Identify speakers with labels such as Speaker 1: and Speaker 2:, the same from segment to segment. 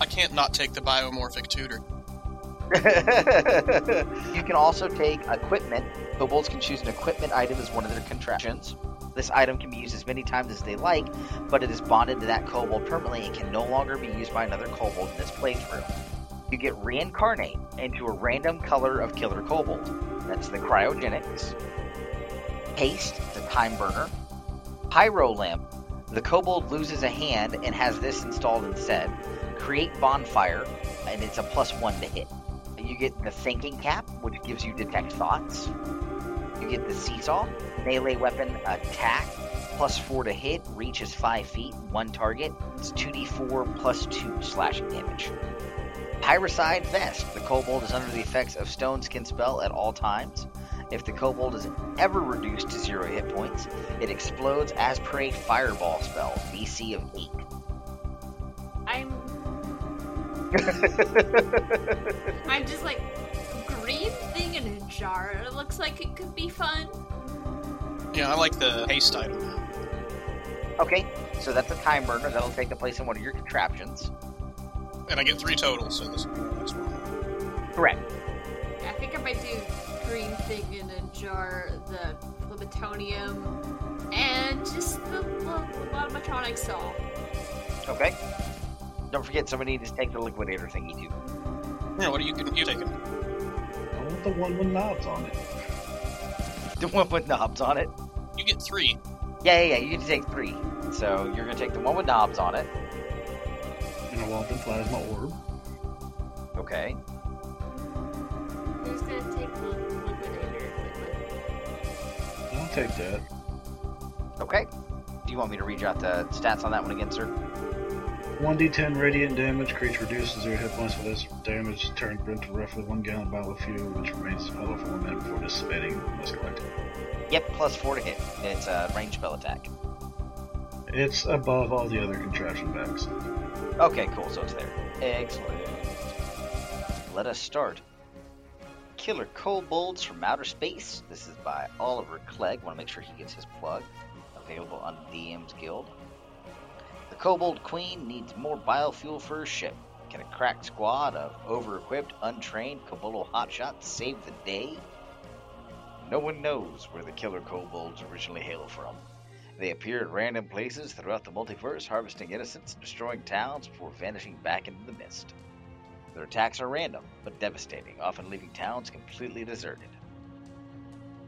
Speaker 1: I can't not take the biomorphic tutor.
Speaker 2: you can also take equipment. Kobolds can choose an equipment item as one of their contraptions. This item can be used as many times as they like, but it is bonded to that kobold permanently and can no longer be used by another kobold in this playthrough. You get reincarnate into a random color of killer kobold. That's the cryogenics. Haste, the time burner. Pyro lamp. The kobold loses a hand and has this installed instead. Create bonfire, and it's a plus one to hit. You get the thinking cap, which gives you detect thoughts. You get the seesaw, melee weapon attack, plus four to hit, reach is five feet, one target. It's 2d4 plus two slashing damage. Pyrocide Vest. The kobold is under the effects of Stone Skin spell at all times. If the kobold is ever reduced to zero hit points, it explodes as per a fireball spell, DC of 8.
Speaker 3: I'm I'm just like green thing in a jar. It looks like it could be fun.
Speaker 1: Yeah, I like the haste item.
Speaker 2: Okay, so that's a time burner that'll take the place in one of your contraptions.
Speaker 1: And I get three total, so this will be the next one.
Speaker 2: Correct.
Speaker 3: I think I might do green thing in a jar, the plutonium, and just the lo- lobotomatronic saw.
Speaker 2: Okay. Don't forget, somebody needs to take the liquidator thingy too.
Speaker 1: Yeah, what are you, you taking?
Speaker 4: I want the one with knobs on it.
Speaker 2: The one with knobs on it.
Speaker 1: You get three.
Speaker 2: Yeah, yeah, yeah. You get to take three. So you're gonna take the one with knobs on it.
Speaker 4: And I want the plasma orb.
Speaker 2: Okay.
Speaker 3: Who's gonna take the liquidator?
Speaker 4: I'll take that.
Speaker 2: Okay. Do you want me to read out the stats on that one again, sir?
Speaker 4: 1d10 radiant damage. Creature reduces zero hit points for this damage. Turn into roughly one gallon bottle of fuel, which remains hollow for one minute before dissipating. Must collect. it.
Speaker 2: Yep, plus four to hit. It's a range spell attack.
Speaker 4: It's above all the other contraption bags.
Speaker 2: Okay, cool. So it's there. Excellent. Let us start. Killer Kobolds from Outer Space. This is by Oliver Clegg. Want to make sure he gets his plug. Available on DM's Guild. The Kobold Queen needs more biofuel for her ship. Can a crack squad of over-equipped, untrained Koboldo hotshots save the day? No one knows where the Killer Kobolds originally hail from. They appear at random places throughout the multiverse, harvesting innocents and destroying towns before vanishing back into the mist. Their attacks are random, but devastating, often leaving towns completely deserted.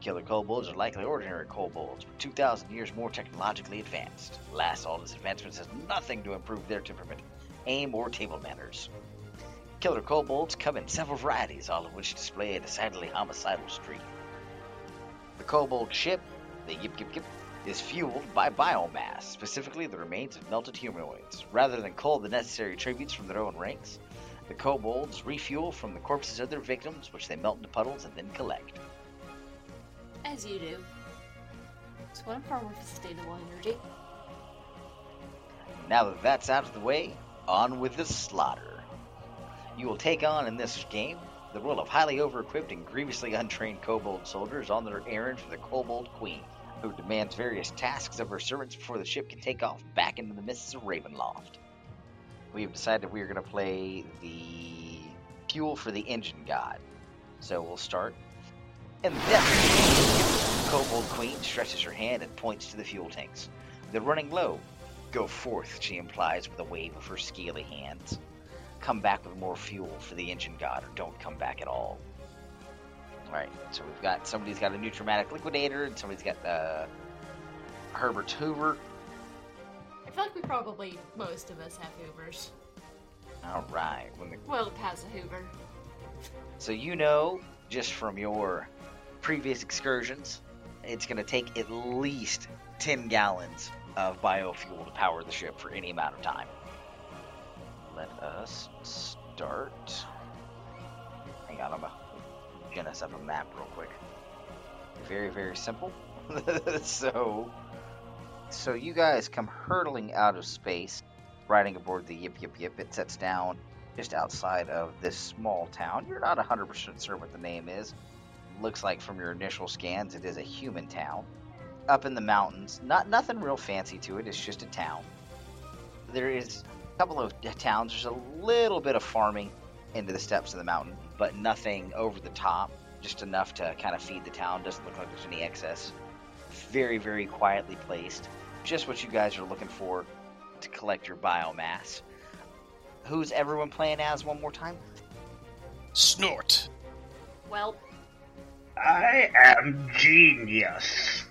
Speaker 2: Killer kobolds are likely ordinary kobolds, but 2,000 years more technologically advanced. Last, all this advancement has nothing to improve their temperament, aim, or table manners. Killer kobolds come in several varieties, all of which display a decidedly homicidal streak. The kobold ship, the Yip Yip Yip, is fueled by biomass, specifically the remains of melted humanoids. Rather than cull the necessary tributes from their own ranks, the kobolds refuel from the corpses of their victims, which they melt into puddles and then collect.
Speaker 3: As you do. It's one of our more sustainable energy.
Speaker 2: Now that that's out of the way, on with the slaughter. You will take on in this game the role of highly overequipped and grievously untrained kobold soldiers on their errand for the kobold queen, who demands various tasks of her servants before the ship can take off back into the mists of Ravenloft. We have decided we are going to play the fuel for the engine god. So we'll start in the depths. The kobold queen stretches her hand and points to the fuel tanks. They're running low. Go forth, she implies with a wave of her scaly hands. Come back with more fuel for the engine god, or don't come back at all. Alright, so we've got somebody's got a new traumatic liquidator, and somebody's got uh, Herbert Hoover.
Speaker 3: I feel like we probably, most of us have Hoovers.
Speaker 2: Alright, when the
Speaker 3: Well, has a Hoover.
Speaker 2: So you know, just from your previous excursions, it's going to take at least 10 gallons of biofuel to power the ship for any amount of time. Let us start. Hang on, I'm going to gen us up a map real quick. Very, very simple. so, so you guys come hurtling out of space, riding aboard the Yip Yip Yip. It sets down just outside of this small town. You're not 100% certain what the name is. Looks like from your initial scans, it is a human town. Up in the mountains, not nothing real fancy to it. It's just a town. There is couple of t- towns. There's a little bit of farming into the steps of the mountain, but nothing over the top. Just enough to kind of feed the town. Doesn't look like there's any excess. Very, very quietly placed. Just what you guys are looking for to collect your biomass. Who's everyone playing as one more time?
Speaker 1: Snort.
Speaker 3: Well,
Speaker 4: I am genius.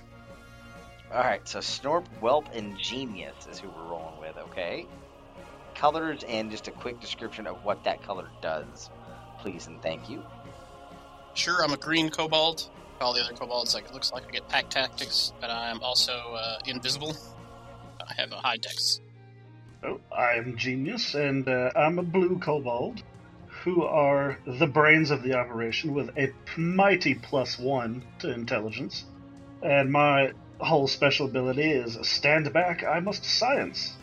Speaker 2: All right, so Snorp, Whelp, and Genius is who we're rolling with, okay? Colors and just a quick description of what that color does, please and thank you.
Speaker 1: Sure, I'm a green kobold. All the other kobolds, like it looks like I get pack tactics, but I'm also uh, invisible. I have a high dex.
Speaker 4: Oh, I am genius, and uh, I'm a blue kobold, who are the brains of the operation with a mighty plus one to intelligence. And my whole special ability is stand back, I must science,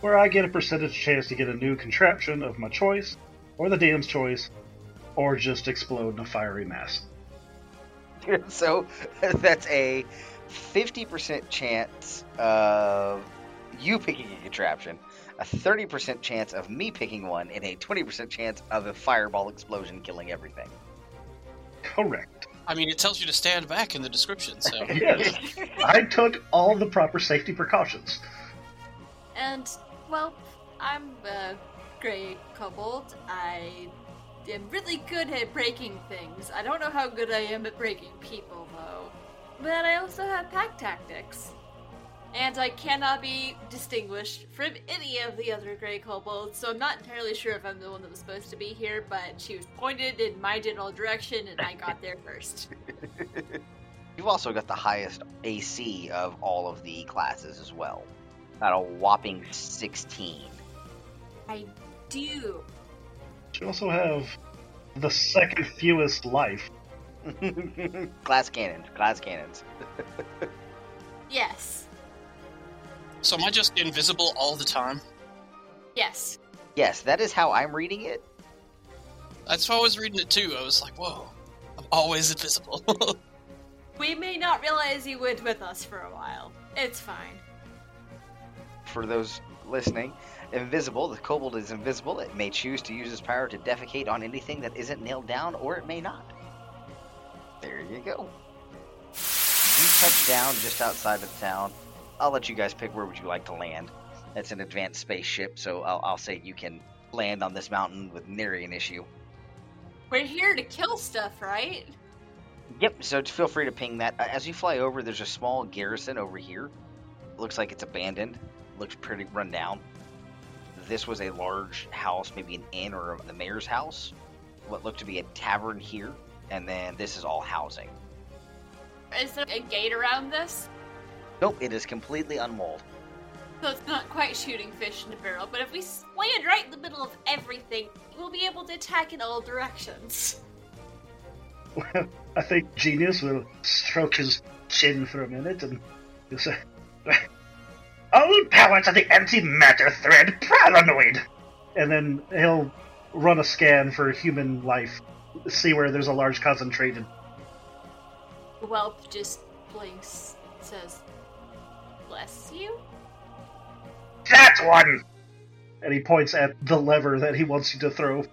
Speaker 4: where I get a percentage chance to get a new contraption of my choice, or the DM's choice, or just explode in a fiery mass.
Speaker 2: so that's a 50% chance of you picking a contraption, a 30% chance of me picking one, and a 20% chance of a fireball explosion killing everything.
Speaker 4: Correct.
Speaker 1: I mean, it tells you to stand back in the description, so
Speaker 4: Yes, I took all the proper safety precautions.
Speaker 3: and well, I'm a gray kobold. I am really good at breaking things. I don't know how good I am at breaking people, though. But I also have pack tactics. And I cannot be distinguished from any of the other gray kobolds, so I'm not entirely sure if I'm the one that was supposed to be here, but she was pointed in my general direction, and I got there first.
Speaker 2: You've also got the highest AC of all of the classes as well. At a whopping 16.
Speaker 3: I do.
Speaker 4: You also have the second fewest life.
Speaker 2: glass cannons, glass cannons.
Speaker 3: Yes.
Speaker 1: so am I just invisible all the time?
Speaker 3: Yes.
Speaker 2: Yes, that is how I'm reading it.
Speaker 1: That's why I was reading it too. I was like, whoa, I'm always invisible.
Speaker 3: We may not realize you went with us for a while. It's fine.
Speaker 2: For those listening, invisible, the kobold is invisible. It may choose to use its power to defecate on anything that isn't nailed down, or it may not. There you go. You touch down just outside of the town. I'll let you guys pick where would you like to land. That's an advanced spaceship, so I'll, I'll say you can land on this mountain with nary an issue.
Speaker 3: We're here to kill stuff, right?
Speaker 2: Yep, so feel free to ping that. Uh, As you fly over, there's a small garrison over here. Looks like it's abandoned. Looks pretty run down. This was a large house, maybe an inn or the mayor's house. What looked to be a tavern here, and then this is all housing.
Speaker 3: Is there a gate around this?
Speaker 2: Nope, it is completely unwalled.
Speaker 3: So it's not quite shooting fish in a barrel, but if we s- land right in the middle of everything, we'll be able to attack in all directions.
Speaker 4: I think Genius will stroke his chin for a minute and he'll say, All power to the anti-matter thread, paranoid! And then he'll run a scan for human life, see where there's a large concentrated.
Speaker 3: Welp just blinks, says, Bless you?
Speaker 4: That one! And he points at the lever that he wants you to throw.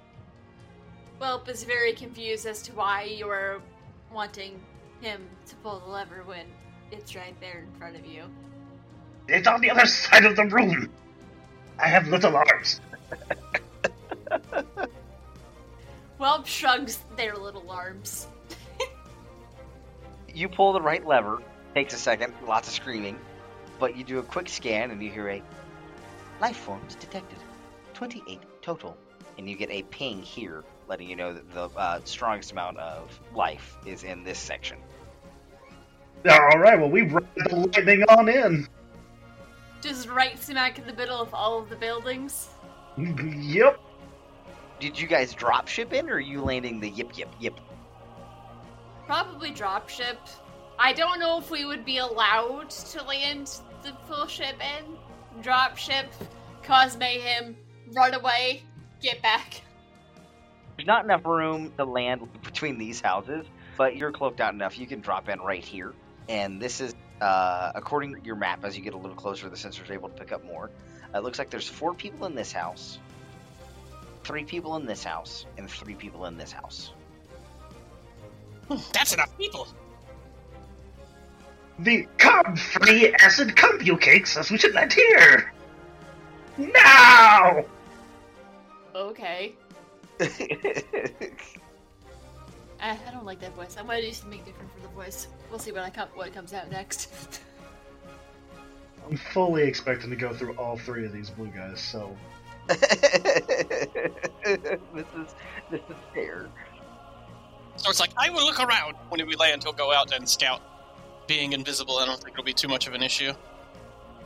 Speaker 3: Welp is very confused as to why you're wanting him to pull the lever when it's right there in front of you.
Speaker 4: It's on the other side of the room! I have little arms.
Speaker 3: Welp shrugs their little arms.
Speaker 2: You pull the right lever, takes a second, lots of screaming, but you do a quick scan and you hear a life forms detected. 28 total. And you get a ping here letting you know that the uh, strongest amount of life is in this section.
Speaker 4: Alright, well, we ride the lightning on in.
Speaker 3: Just right smack in the middle of all of the buildings.
Speaker 4: Yep.
Speaker 2: Did you guys drop ship in or are you landing the yip yip yip?
Speaker 3: Probably dropship. I don't know if we would be allowed to land the full ship in. Dropship, cause mayhem, run away, get back.
Speaker 2: There's not enough room to land between these houses, but you're cloaked out enough. You can drop in right here. And this is, uh, according to your map, as you get a little closer, the sensor's able to pick up more. It looks like there's four people in this house, three people in this house, and three people in this house.
Speaker 1: That's enough people.
Speaker 4: The carb free acid compu cakes as we should let here! Now!
Speaker 3: Okay. I, I don't like that voice. I might need something different for the voice. We'll see what I com- what comes out next.
Speaker 4: I'm fully expecting to go through all three of these blue guys, so.
Speaker 2: this is this is fair.
Speaker 1: So it's like I will look around when we land. He'll go out and scout. Being invisible, I don't think it'll be too much of an issue.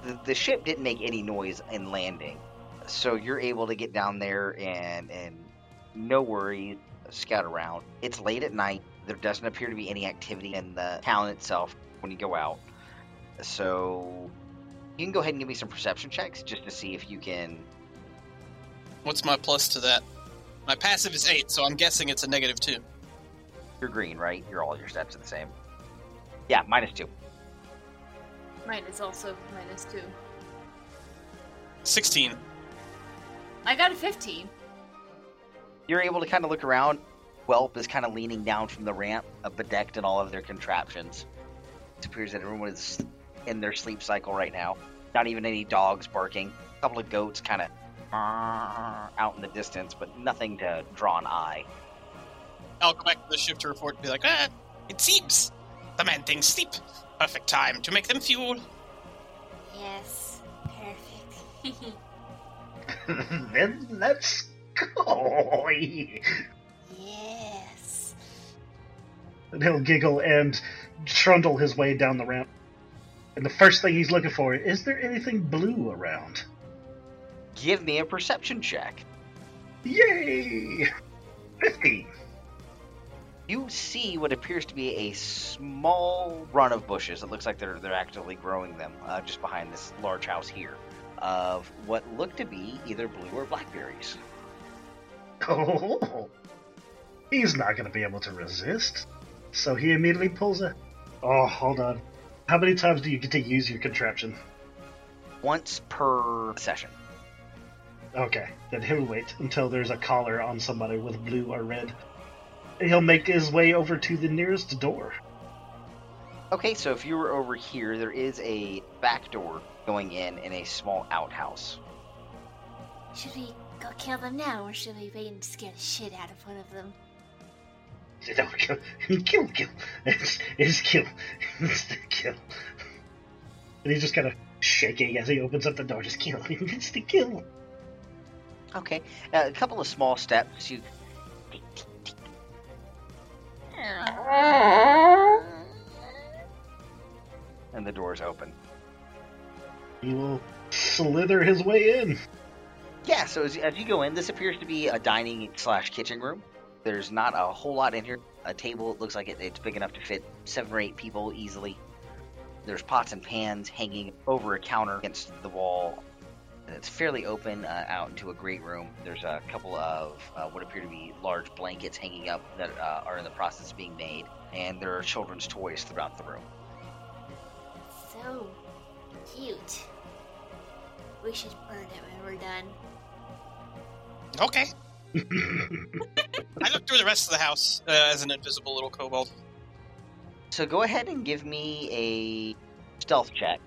Speaker 2: The, the ship didn't make any noise in landing, so you're able to get down there and and no worries, scout around. It's late at night. There doesn't appear to be any activity in the town itself when you go out. So you can go ahead and give me some perception checks just to see if you can.
Speaker 1: What's my plus to that? My passive is eight, so I'm guessing it's a negative two.
Speaker 2: You're green, right? You're all your steps are the same. Yeah, minus two.
Speaker 3: Mine is also minus two.
Speaker 1: Sixteen.
Speaker 3: I got a 15.
Speaker 2: You're able to kind of look around. Welp is kind of leaning down from the ramp, uh, bedecked in all of their contraptions. It appears that everyone is in their sleep cycle right now. Not even any dogs barking. A couple of goats kind of out in the distance, but nothing to draw an eye.
Speaker 1: I'll go back to the ship to report and be like, ah, it seems the man things sleep. Perfect time to make them fuel.
Speaker 3: Yes. Perfect.
Speaker 4: then let's go!
Speaker 3: yes.
Speaker 4: And he'll giggle and trundle his way down the ramp. And the first thing he's looking for is there anything blue around?
Speaker 2: Give me a perception check.
Speaker 4: Yay! 50.
Speaker 2: You see what appears to be a small run of bushes. It looks like they're they're actively growing them uh, just behind this large house here, of what look to be either blue or blackberries.
Speaker 4: Oh, he's not going to be able to resist. So he immediately pulls a. Oh, hold on. How many times do you get to use your contraption?
Speaker 2: Once per session.
Speaker 4: Okay, then he'll wait until there's a collar on somebody with blue or red. He'll make his way over to the nearest door.
Speaker 2: Okay, so if you were over here, there is a back door going in in a small outhouse.
Speaker 5: Should we go kill them now, or should we wait and scare the shit out of one of them?
Speaker 4: No, kill, kill, kill. It's, it's kill. It's the kill. And he's just kind of shaking as he opens up the door. Just kill. It's the kill.
Speaker 2: Okay, uh, a couple of small steps. You and the door's open.
Speaker 4: He will slither his way in.
Speaker 2: Yeah, so as, as you go in, this appears to be a dining slash kitchen room. There's not a whole lot in here. A table it looks like it, it's big enough to fit seven or eight people easily. There's pots and pans hanging over a counter against the wall. And It's fairly open uh, out into a great room. There's a couple of uh, what appear to be large blankets hanging up that uh, are in the process of being made, and there are children's toys throughout the room.
Speaker 5: So cute. We should burn it when we're done.
Speaker 1: Okay. I look through the rest of the house uh, as an invisible little kobold.
Speaker 2: So go ahead and give me a stealth check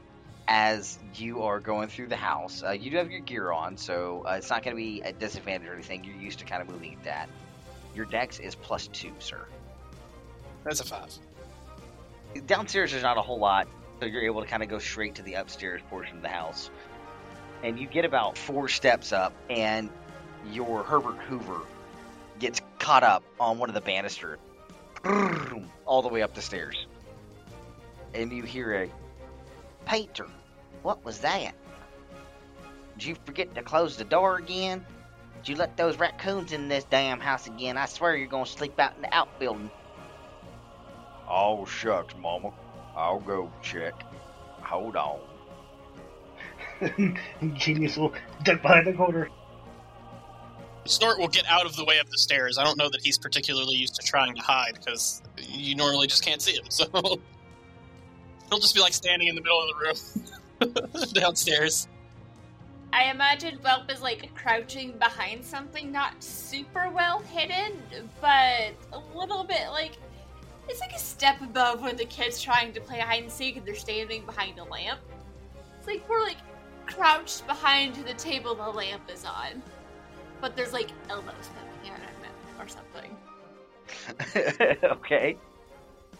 Speaker 2: as you are going through the house. Uh, you do have your gear on, so uh, it's not going to be a disadvantage or anything. You're used to kind of moving at that. Your dex is plus two, sir.
Speaker 1: That's a five.
Speaker 2: Downstairs, there's not a whole lot, so you're able to kind of go straight to the upstairs portion of the house. And you get about four steps up, and your Herbert Hoover gets caught up on one of the banisters, all the way up the stairs. And you hear a Peter, what was that? Did you forget to close the door again? Did you let those raccoons in this damn house again? I swear you're gonna sleep out in the outbuilding. Oh shucks, Mama. I'll go check. Hold on.
Speaker 4: And Genius will duck behind the corner.
Speaker 1: Snort will get out of the way up the stairs. I don't know that he's particularly used to trying to hide because you normally just can't see him. So he'll just be like standing in the middle of the room downstairs.
Speaker 3: I imagine Welp is like crouching behind something, not super well hidden, but a little bit like it's like a step above when the kid's trying to play hide and seek and they're standing behind a lamp. It's like we're like crouched behind the table the lamp is on, but there's like elbows poking out of it or something.
Speaker 2: okay.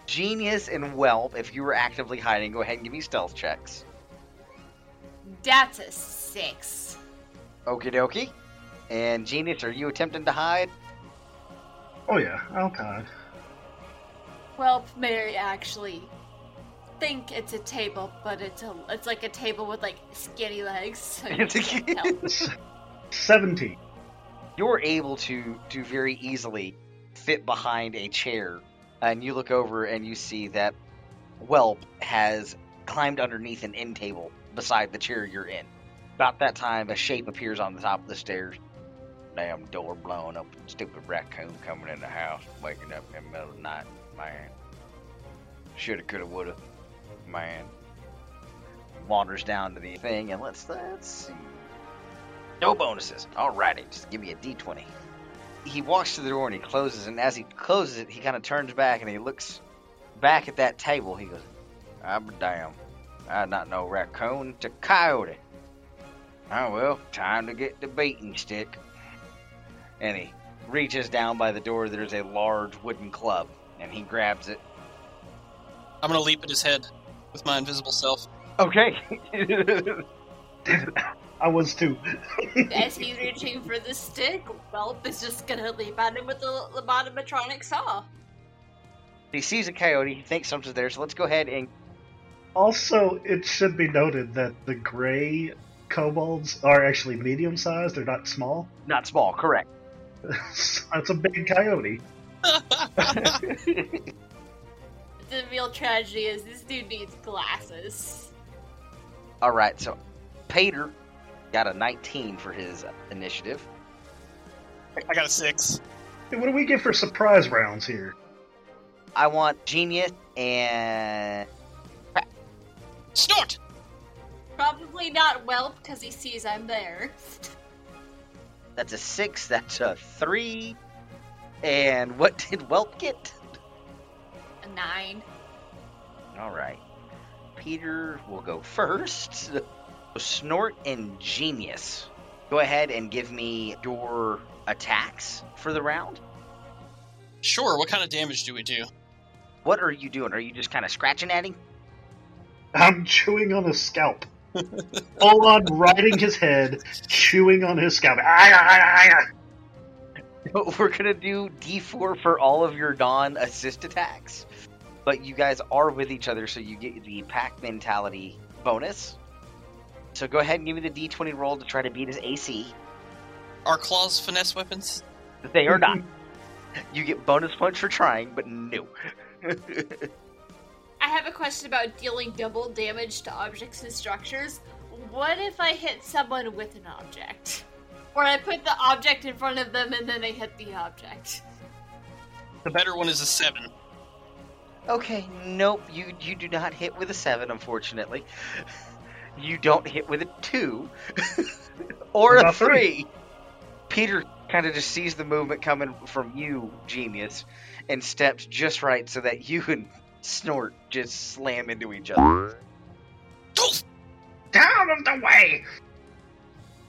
Speaker 2: Genius and Whelp, if you were actively hiding, go ahead and give me stealth checks.
Speaker 3: That's a six.
Speaker 2: Okie dokie. And Genius, are you attempting to hide?
Speaker 4: Oh yeah, I'll cod.
Speaker 3: Well, Mary actually think it's a table, but it's a it's like a table with like skinny legs. So you can't tell.
Speaker 4: Seventeen.
Speaker 2: You're able to to very easily fit behind a chair, and you look over and you see that Whelp has climbed underneath an end table beside the chair you're in. About that time, a shape appears on the top of the stairs. Damn door blown open. Stupid raccoon coming in the house, waking up in the middle of the night. Man. Shoulda, coulda, woulda. Man. Wanders down to the thing, and let's let's see. No bonuses. Alrighty, just give me a d20. He walks to the door and he closes, and as he closes it, he kind of turns back and he looks back at that table. He goes, "I'm damn. I not know raccoon to coyote. Oh well, time to get the beating stick." And he reaches down by the door. There's a large wooden club, and he grabs it.
Speaker 1: I'm gonna leap at his head with my invisible self.
Speaker 2: Okay.
Speaker 4: I was too.
Speaker 3: As he's reaching for the stick, Welp is just gonna leap at him with the lobotomatronic saw.
Speaker 2: he sees a coyote. He thinks something's there. So let's go ahead and
Speaker 4: Also, it should be noted that the gray kobolds are actually medium sized, they're not small.
Speaker 2: not small. Correct.
Speaker 4: That's a big coyote.
Speaker 3: The real tragedy is this dude needs glasses.
Speaker 2: All right, so Pater got a 19 for his initiative.
Speaker 1: I got a six.
Speaker 4: Hey, what do we get for surprise rounds here?
Speaker 2: I want Genius and
Speaker 1: Snort!
Speaker 3: Probably not Welp because he sees I'm there.
Speaker 2: that's a 6, that's a 3. And what did Welp get?
Speaker 3: A nine.
Speaker 2: All right. Peter will go first. Snort and Genius. Go ahead and give me your attacks for the round.
Speaker 1: Sure, what kind of damage do we do?
Speaker 2: What are you doing? Are you just kind of scratching at him?
Speaker 4: I'm chewing on his scalp. Full on riding his head, chewing on his scalp. Ah, ah, ah, ah, ah.
Speaker 2: We're gonna do D4 for all of your non-assist attacks, but you guys are with each other, so you get the pack mentality bonus. So go ahead and give me the D20 roll to try to beat his AC.
Speaker 1: Are claws finesse weapons?
Speaker 2: They are not. you get bonus points for trying, but no.
Speaker 3: I have a question about dealing double damage to objects and structures. What if I hit someone with an object? Or I put the object in front of them and then I hit the object.
Speaker 1: The better one is a seven.
Speaker 2: Okay, nope. You you do not hit with a seven, unfortunately. You don't hit with a two or
Speaker 4: About
Speaker 2: a
Speaker 4: three.
Speaker 2: three. Peter kind of just sees the movement coming from you, genius, and steps just right so that you and Snort just slam into each other.
Speaker 1: Doof!
Speaker 4: Out of the way!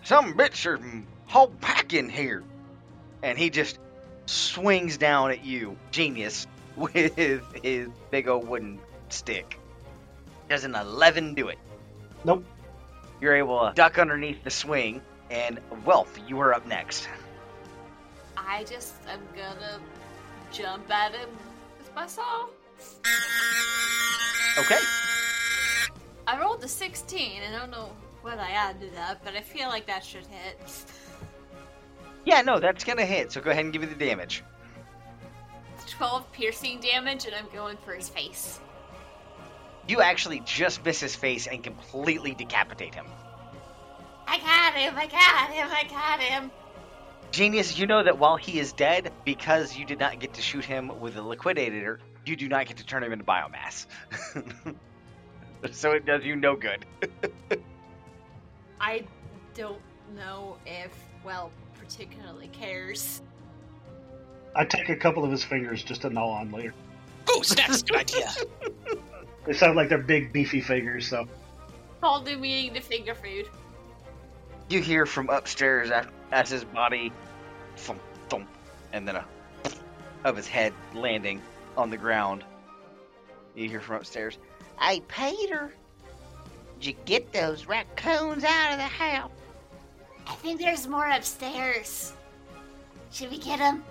Speaker 2: Some bitch are whole pack in here, and he just swings down at you, genius, with his big old wooden stick. Does an eleven do it?
Speaker 4: Nope.
Speaker 2: You're able to duck underneath the swing, and Welp, you are up next.
Speaker 3: I just am gonna jump at him with my saw.
Speaker 2: Okay.
Speaker 3: I rolled a 16. I don't know what I added to that, but I feel like that should hit.
Speaker 2: Yeah, no, that's gonna hit. So go ahead and give me the damage.
Speaker 3: 12 piercing damage, and I'm going for his face.
Speaker 2: You actually just miss his face and completely decapitate him.
Speaker 3: I got him, I got him, I got him.
Speaker 2: Genius, you know that while he is dead, because you did not get to shoot him with a liquidator, you do not get to turn him into biomass. so it does you no good.
Speaker 3: I don't know if, well, particularly cares.
Speaker 4: I take a couple of his fingers just to gnaw on later.
Speaker 1: Oh, snaps! Good idea.
Speaker 4: They sound like they're big, beefy fingers, so.
Speaker 3: Paul do me eating the finger food.
Speaker 2: You hear from upstairs af- as his body thump, thump, and then a of his head landing on the ground. You hear from upstairs, Hey, Peter, did you get those raccoons out of the house?
Speaker 5: I think there's more upstairs. Should we get him?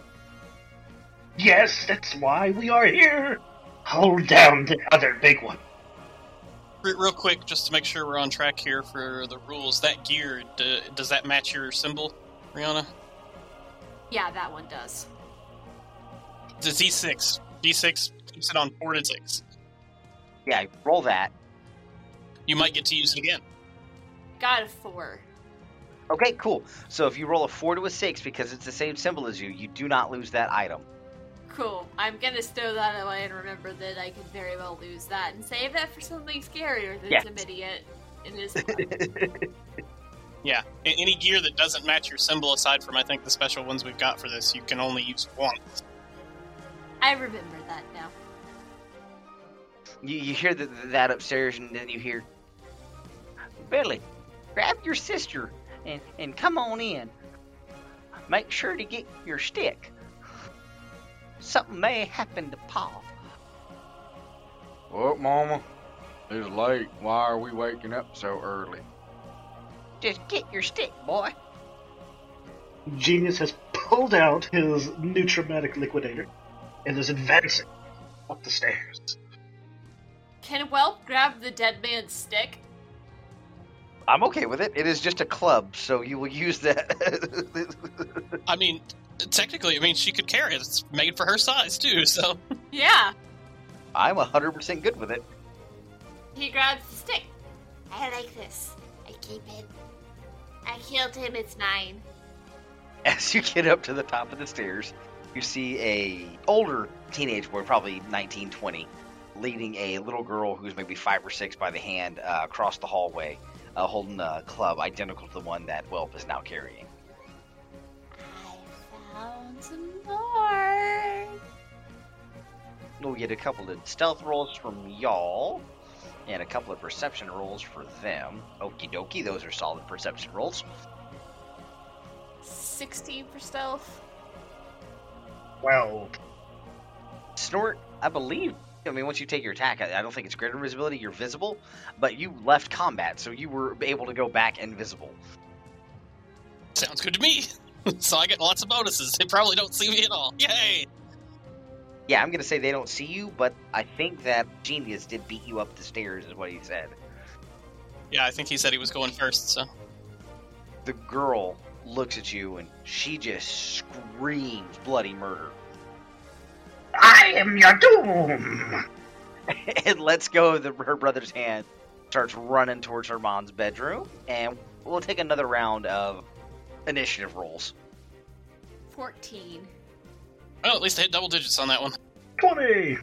Speaker 4: Yes, that's why we are here! Hold down the other big one.
Speaker 1: Re- Real quick, just to make sure we're on track here for the rules. That gear, d- does that match your symbol, Rihanna?
Speaker 3: Yeah, that one does.
Speaker 1: The D6. D6 keeps it on four to six.
Speaker 2: Yeah, roll that.
Speaker 1: You might get to use it again.
Speaker 3: Got a four.
Speaker 2: Okay, cool. So if you roll a four to a six because it's the same symbol as you, you do not lose that item.
Speaker 3: Cool. I'm gonna stow that away and remember that I could very well lose that and save that for something scarier than
Speaker 2: Yes.
Speaker 3: some idiot in this.
Speaker 1: Yeah. A- any gear that doesn't match your symbol, aside from I think the special ones we've got for this, you can only use once.
Speaker 3: I remember that now.
Speaker 2: You, you hear the, that upstairs, and then you hear, Billy, grab your sister and, and come on in. Make sure to get your stick. Something may happen to Paul.
Speaker 6: Well, Mama, it's late. Why are we waking up so early?
Speaker 2: Just get your stick, boy.
Speaker 4: Genius has pulled out his new traumatic liquidator and is advancing up the stairs.
Speaker 3: Can Welp grab the dead man's stick?
Speaker 2: I'm okay with it. It is just a club, so you will use that.
Speaker 1: I mean, technically, I mean, she could carry it. It's made for her size, too, so.
Speaker 3: Yeah.
Speaker 2: I'm 100% good with it.
Speaker 3: He grabs the stick.
Speaker 5: I like this. I keep it. I killed him, it's mine.
Speaker 2: As you get up to the top of the stairs, you see a older teenage boy, probably 19, 20, leading a little girl who's maybe five or six by the hand uh, across the hallway, uh, holding a club identical to the one that Welp is now carrying.
Speaker 5: I found some more.
Speaker 2: We'll get a couple of stealth rolls from y'all, and a couple of perception rolls for them. Okie dokie, those are solid perception rolls.
Speaker 3: 16 for stealth.
Speaker 4: Well,
Speaker 2: Snort, I believe. I mean, once you take your attack, I I don't think it's greater invisibility. You're visible, but you left combat, so you were able to go back invisible.
Speaker 1: Sounds good to me. so I get lots of bonuses. They probably don't see me at all. Yay!
Speaker 2: Yeah, I'm gonna say they don't see you, but I think that genius did beat you up the stairs, is what he said.
Speaker 1: Yeah, I think he said he was going first, so.
Speaker 2: The girl looks at you and she just screams bloody murder
Speaker 4: I am your doom!
Speaker 2: and lets go of the, her brother's hand, starts running towards her mom's bedroom, and we'll take another round of initiative rolls.
Speaker 3: 14.
Speaker 1: Well, at least I hit double digits on that one.
Speaker 4: 20!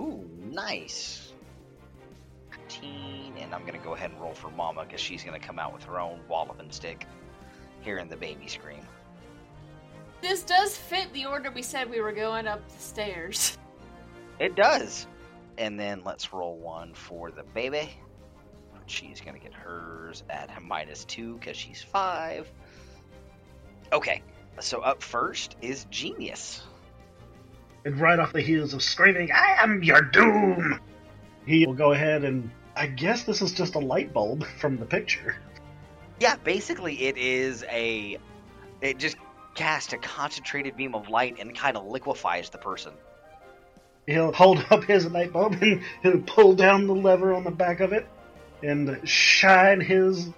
Speaker 2: Ooh, nice. 15, and I'm gonna go ahead and roll for Mama because she's gonna come out with her own walloping stick, hearing the baby scream.
Speaker 3: This does fit the order we said we were going up the stairs.
Speaker 2: It does. And then let's roll one for the baby. She's gonna get hers at a minus two because she's five. Okay, so up first is Genius.
Speaker 4: And right off the heels of screaming, I am your doom! He will go ahead and. I guess this is just a light bulb from the picture.
Speaker 2: Yeah, basically it is a. It just casts a concentrated beam of light and kind of liquefies the person.
Speaker 4: He'll hold up his light bulb and he'll pull down the lever on the back of it and shine his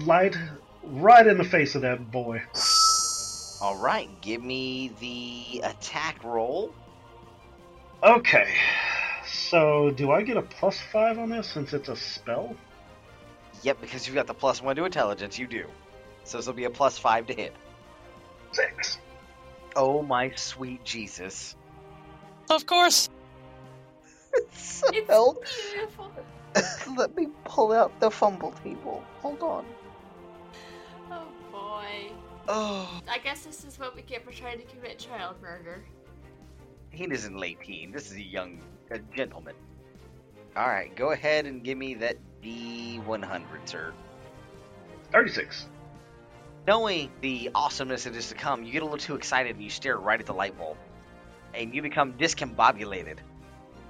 Speaker 4: light right in the face of that boy.
Speaker 2: All right, give me the attack roll.
Speaker 4: Okay, so do I get a plus five on this since it's a spell?
Speaker 2: Yep, because you've got the plus one to intelligence, you do. So this will be a plus five to hit.
Speaker 4: Six.
Speaker 2: Oh my sweet Jesus.
Speaker 1: Of course!
Speaker 2: So
Speaker 3: It's beautiful.
Speaker 2: Let me pull out the fumble table. Hold on.
Speaker 3: Oh boy.
Speaker 2: Oh.
Speaker 3: I guess this is what we get for trying to commit child murder.
Speaker 2: He isn't late teen. This is a young a gentleman. All right, go ahead and give me that D100, sir.
Speaker 4: 36.
Speaker 2: Knowing the awesomeness that is to come, you get a little too excited and you stare right at the light bulb, and you become discombobulated.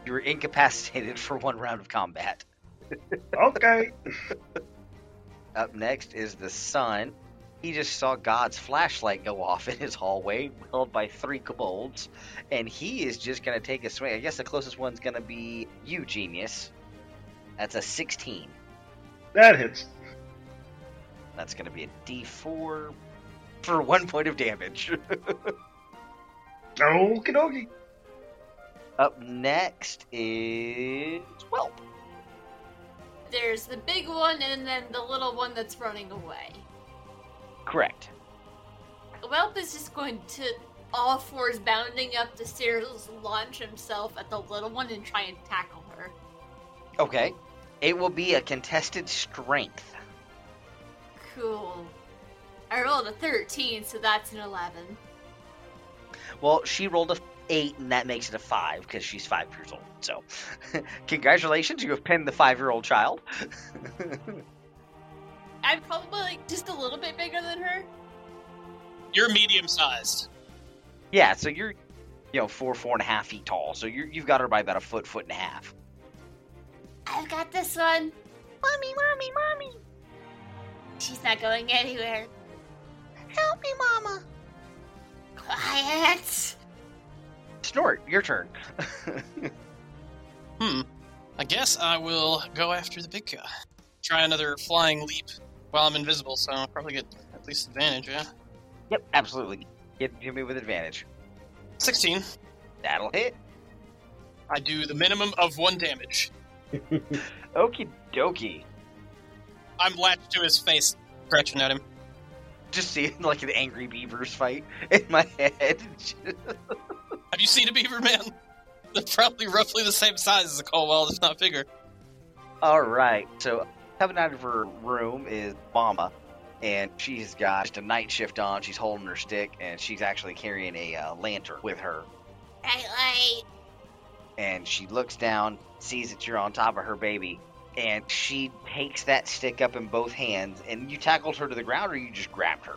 Speaker 2: You're incapacitated for one round of combat.
Speaker 4: Okay.
Speaker 2: Up next is the sun. He just saw God's flashlight go off in his hallway, held by three kobolds, and he is just going to take a swing. I guess the closest one's going to be you, genius. That's a 16.
Speaker 4: That hits.
Speaker 2: That's going to be a d4 for one point of damage.
Speaker 4: Okie dokie.
Speaker 2: Up next is. Well,
Speaker 3: There's the big one and then the little one that's running away.
Speaker 2: correct.
Speaker 3: Welp is just going to all fours bounding up the stairs, launch himself at the little one and try and tackle her.
Speaker 2: Okay. It will be a contested strength.
Speaker 3: Cool. I rolled a 13, so that's an 11.
Speaker 2: Well, she rolled a 8, and that makes it a 5 because she's 5 years old. So, congratulations, you have pinned the 5 year old child.
Speaker 3: I'm probably like just a little bit bigger than her.
Speaker 1: You're medium sized.
Speaker 2: Yeah, so you're, you know, four, four and a half feet tall. So you're, you've got her by about a foot, foot and a half.
Speaker 5: I've got this one.
Speaker 2: Mommy, mommy, mommy,
Speaker 5: She's not going anywhere.
Speaker 2: help me, mama.
Speaker 5: Quiet.
Speaker 2: Snort, your turn.
Speaker 1: Hmm. I guess I will go after the big guy. Try another flying leap while I'm invisible, so I'll probably get at least advantage, yeah?
Speaker 2: yep, absolutely. Get to me with advantage.
Speaker 1: 16.
Speaker 2: That'll hit.
Speaker 1: I do the minimum of one damage.
Speaker 2: Okie dokie.
Speaker 1: I'm latched to his face, scratching at him.
Speaker 2: Just seeing like an angry beavers fight in my head.
Speaker 1: Have you seen a beaver, man? They're probably roughly the same size as a Colwell, if not bigger.
Speaker 2: All right. So coming out of her room is Mama, and she's got just a night shift on. She's holding her stick, and she's actually carrying a uh, lantern with her.
Speaker 5: Right light.
Speaker 2: And she looks down, sees that you're on top of her baby, and she takes that stick up in both hands. And you tackled her to the ground, or you just grabbed her.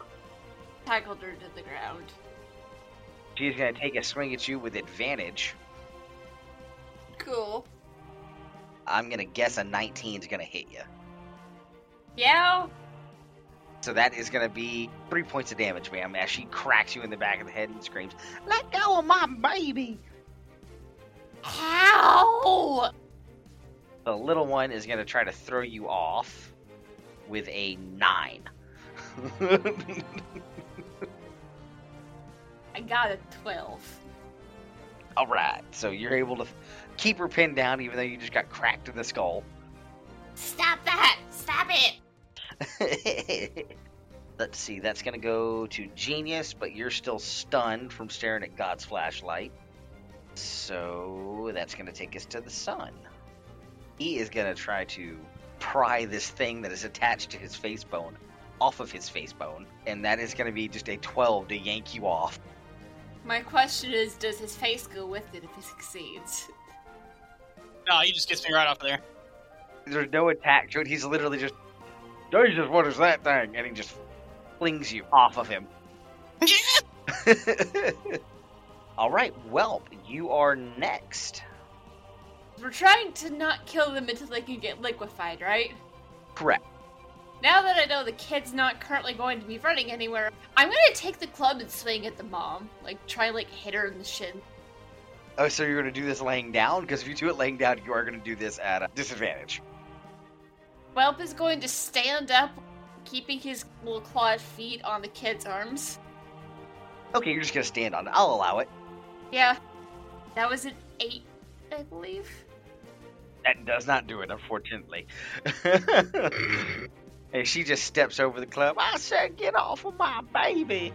Speaker 3: Tackled her to the ground.
Speaker 2: She's gonna take a swing at you with advantage.
Speaker 3: Cool.
Speaker 2: I'm gonna guess a 19 is gonna hit you.
Speaker 3: Yeah.
Speaker 2: So that is going to be three points of damage, ma'am, as she cracks you in the back of the head and screams, Let go of my baby!
Speaker 3: Ow!
Speaker 2: The little one is going to try to throw you off with a nine.
Speaker 3: I got a 12.
Speaker 2: All right, so you're able to keep her pinned down even though you just got cracked in the skull.
Speaker 5: Stop that. Stop it.
Speaker 2: Let's see, that's going to go to Genius, but you're still stunned from staring at God's flashlight. So that's going to take us to the sun. He is going to try to pry this thing that is attached to his face bone off of his face bone, and that is going to be just a 12 to yank you off.
Speaker 3: My question is, does his face go with it if he succeeds?
Speaker 1: No, he just gets me right off of there.
Speaker 2: There's no attack to it. He's literally just, Jesus, what is that thing? And he just flings you off of him. All right, Welp, you are next.
Speaker 3: We're trying to not kill them until they can get liquefied, right?
Speaker 2: Correct.
Speaker 3: Now that I know the kid's not currently going to be running anywhere, I'm gonna take the club and swing at the mom. Like, try like hit her in the shin.
Speaker 2: Oh, so you're going to do this laying down? Because if you do it laying down, you are going to do this at a disadvantage.
Speaker 3: Welp is going to stand up, keeping his little clawed feet on the kid's arms.
Speaker 2: Okay, you're just going to stand on it. I'll allow it.
Speaker 3: Yeah, that was an eight, I believe.
Speaker 2: That does not do it, unfortunately. and she just steps over the club. I said, get off of my baby.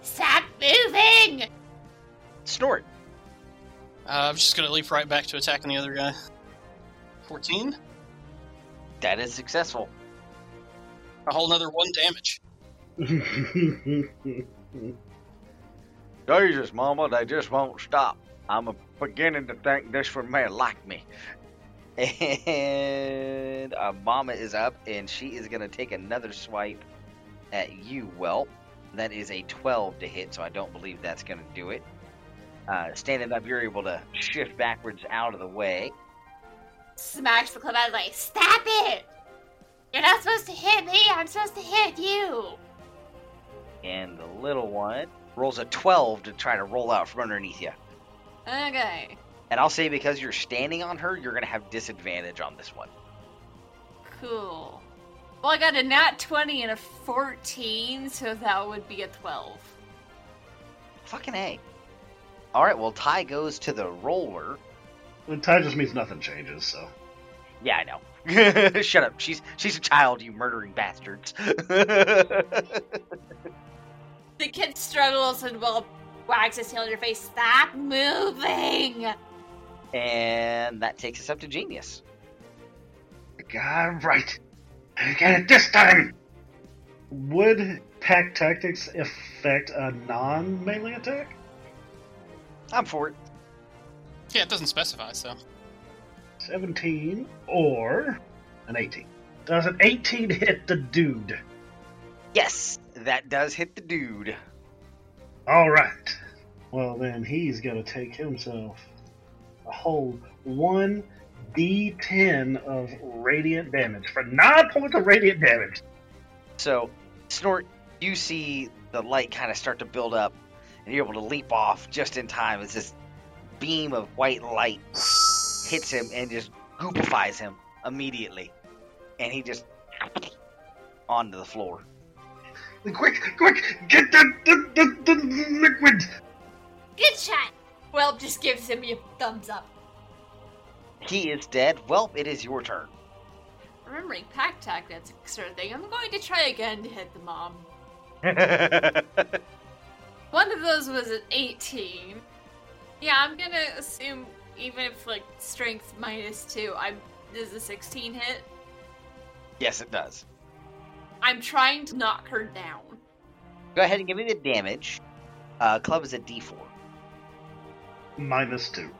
Speaker 5: Stop moving.
Speaker 2: Snort.
Speaker 1: Uh, I'm just gonna leap right back to attacking the other guy. 14.
Speaker 2: That is successful.
Speaker 1: A whole nother one damage.
Speaker 6: Jesus, Mama, they just won't stop. I'm beginning to think this one may like me.
Speaker 2: And uh, Mama is up, and she is going to take another swipe at you, Welp. That is a 12 to hit, so I don't believe that's going to do it. Uh, standing up, you're able to shift backwards out of the way.
Speaker 5: Smacks the club out of the way. Stop it! You're not supposed to hit me. I'm supposed to hit you.
Speaker 2: And the little one rolls a 12 to try to roll out from underneath you.
Speaker 3: Okay.
Speaker 2: And I'll say because you're standing on her, you're going to have disadvantage on this one.
Speaker 3: Cool. Well, I got a nat 20 and a 14, so that would be a 12.
Speaker 2: Fucking A. All right, well, Ty goes to the roller.
Speaker 4: Tie just means nothing changes, so.
Speaker 2: Yeah, I know. Shut up. She's she's a child, you murdering bastards.
Speaker 3: The kid struggles and will wags his tail in your face. Stop moving!
Speaker 2: and that takes us up to genius.
Speaker 4: God, right. I got it this time! Would pack tactics affect a non melee attack?
Speaker 2: I'm for it.
Speaker 1: Yeah, it doesn't specify, so.
Speaker 4: 17 or an 18? Does an 18 hit the dude?
Speaker 2: Yes, that does hit the dude.
Speaker 4: Alright. Well, then he's going to take himself a whole 1d10 of radiant damage for 9 points of radiant damage.
Speaker 2: So, Snort, you see the light kind of start to build up, and you're able to leap off just in time as this beam of white light hits him and just goopifies him immediately. And he just onto the floor.
Speaker 4: Quick, quick, get the, the, the, the liquid!
Speaker 5: Good shot.
Speaker 3: Well, just gives him a thumbs up.
Speaker 2: He is dead. Welp, it is your turn.
Speaker 3: Remembering pack tactics sort of thing, I'm going to try again to hit the mom. One of those was an 18. Yeah, I'm gonna assume even if like strength minus two, I'm does a 16 hit.
Speaker 2: yes, it does.
Speaker 3: I'm trying to knock her down.
Speaker 2: Go ahead and give me the damage. Uh, club is a d4.
Speaker 4: Minus 2.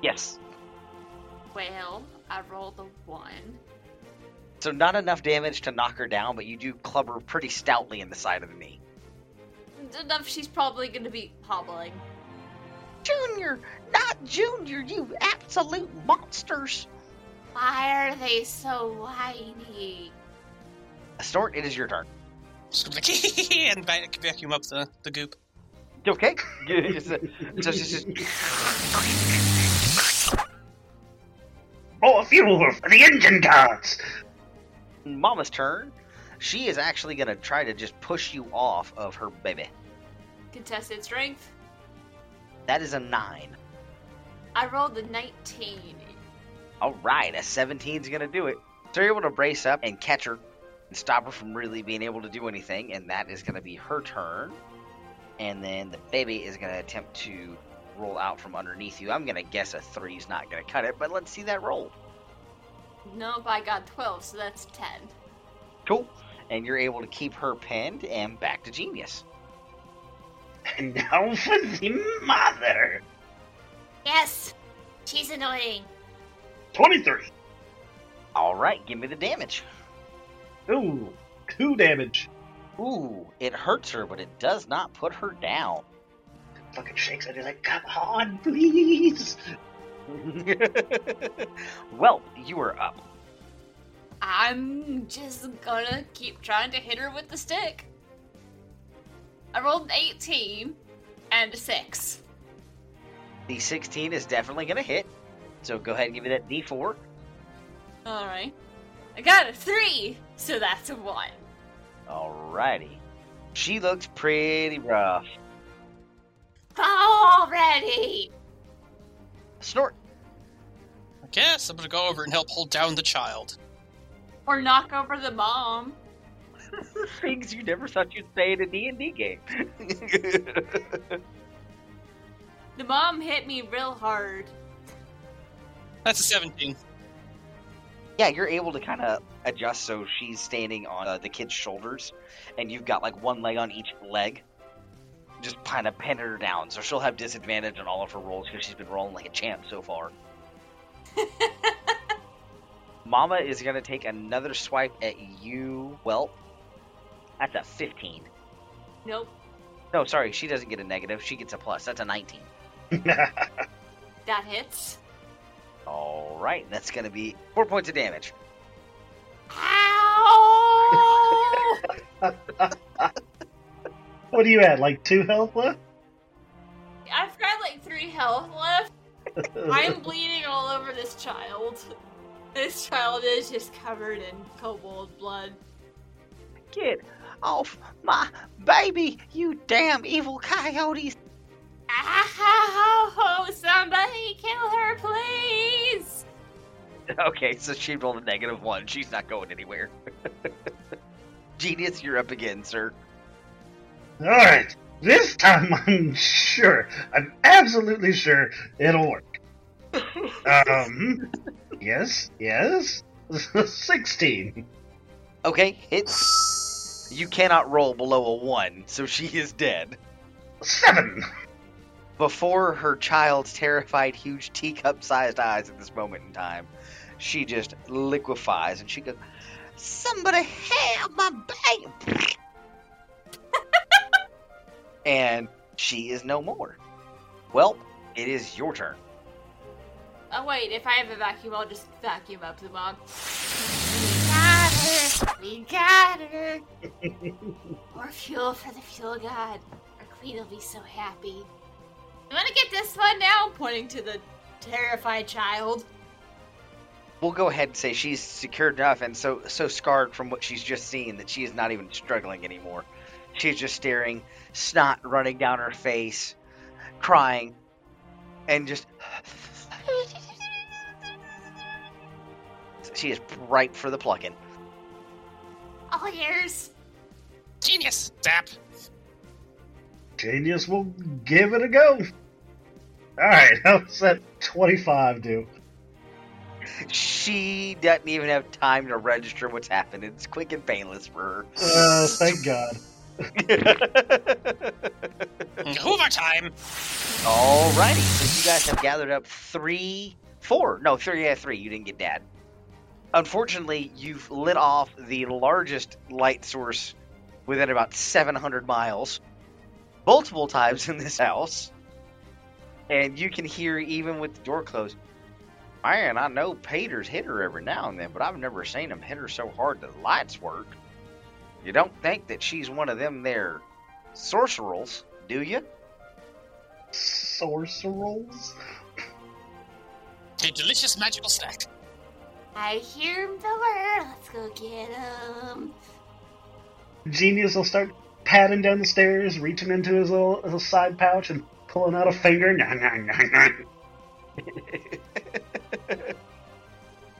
Speaker 2: Yes.
Speaker 3: Well, I rolled a one.
Speaker 2: So, not enough damage to knock her down, but you do club her pretty stoutly in the side of the knee.
Speaker 3: Enough. She's probably gonna be hobbling.
Speaker 2: Junior, not Junior, you absolute monsters.
Speaker 5: Why are they so whiny?
Speaker 2: Snort, it is your turn.
Speaker 1: Just go like, and back, vacuum up the, the goop.
Speaker 2: You Okay. Just, uh, just- just- just-
Speaker 4: More fuel for the engine guards!
Speaker 2: Mama's turn. She is actually going to try to just push you off of her baby.
Speaker 3: Contested strength.
Speaker 2: That is a 9.
Speaker 3: I rolled a 19.
Speaker 2: All right, a 17 is going to do it. So you're able to brace up and catch her and stop her from really being able to do anything, and that is going to be her turn. And then the baby is going to attempt to roll out from underneath you. I'm going to guess a 3 is not going to cut it, but let's see that roll.
Speaker 3: No, but I got 12, so that's 10.
Speaker 2: Cool. And you're able to keep her pinned and back to genius.
Speaker 4: And now for the mother!
Speaker 5: Yes. She's annoying.
Speaker 4: 23!
Speaker 2: All right, give me the damage.
Speaker 4: Ooh, 2 damage.
Speaker 2: Ooh, it hurts her, but it does not put her down.
Speaker 4: Fucking shakes and he's like, come on, please!
Speaker 2: well, you are up.
Speaker 3: I'm just gonna keep trying to hit her with the stick. I rolled an 18 and a 6.
Speaker 2: The 16 is definitely going to hit. So go ahead and give me that d4.
Speaker 3: Alright. I got a 3, so that's a 1.
Speaker 2: Alrighty. She looks pretty rough.
Speaker 5: Already.
Speaker 2: Snort.
Speaker 1: I guess I'm gonna go over and help hold down the child.
Speaker 3: Or knock over the mom.
Speaker 2: Things you never thought you'd say in a D&D game.
Speaker 3: The mom hit me real hard.
Speaker 1: That's a 17.
Speaker 2: Yeah, you're able to kind of adjust so she's standing on uh, the kid's shoulders, and you've got like one leg on each leg. Just kind of pin her down, so she'll have disadvantage on all of her rolls because she's been rolling like a champ so far. Mama is gonna take another swipe at you. Well, that's a 15.
Speaker 3: Nope.
Speaker 2: No, sorry, she doesn't get a negative. She gets a plus. That's a 19.
Speaker 3: That hits.
Speaker 2: All right, that's gonna be four points of damage.
Speaker 5: Ow!
Speaker 4: what do you at? Like two health left?
Speaker 3: I've got like three health left. I'm bleeding all over this child. This child is just covered in kobold blood.
Speaker 2: Get off my baby, you damn evil coyotes!
Speaker 5: Ow! Somebody kill her, please!
Speaker 2: Okay, so she rolled a negative one. She's not going anywhere. Genius, you're up again, sir.
Speaker 4: All right. This time I'm sure. I'm absolutely sure it'll work. Um, yes, yes. 16.
Speaker 2: Okay, hit. You cannot roll below a one, so she is dead.
Speaker 4: 7.
Speaker 2: Before her child's terrified, huge teacup sized eyes at this moment in time, she just liquefies and she goes, Somebody help my baby! and she is no more. Well, it is your turn.
Speaker 3: Oh wait, if I have a vacuum, I'll just vacuum up the mom.
Speaker 5: Got her! We got her!
Speaker 3: More fuel for the fuel god. Our queen will be so happy.
Speaker 5: You wanna get this
Speaker 3: But now, pointing to the terrified child.
Speaker 2: We'll go ahead and say she's secured enough and so so scarred from what she's just seen that she is not even struggling anymore. She's just staring, snot running down her face, crying, and just she is ripe for the plucking.
Speaker 5: All ears!
Speaker 1: Genius! Zap!
Speaker 4: Genius will give it a go. All right, how's that 25 do?
Speaker 2: She doesn't even have time to register what's happened. It's quick and painless for
Speaker 4: Oh, thank God.
Speaker 2: her.
Speaker 1: Mm-hmm. Overtime!
Speaker 2: Alrighty, so you guys have gathered up three, four, no, three, yeah, three. You didn't get dad. Unfortunately, you've lit off the largest light source within about 700 miles, multiple times in this house, and you can hear even with the door closed. Man, I know Peter's hit her every now and then, but I've never seen him hit her so hard that the lights work. You don't think that she's one of them there sorcerels, do you?
Speaker 4: Sorcerels?
Speaker 1: A delicious magical snack.
Speaker 5: I hear the word. Let's go get him.
Speaker 4: Genius will start padding down the stairs, reaching into his little, little side pouch and pulling out a finger. Nyah, nyah, nyah, nyah.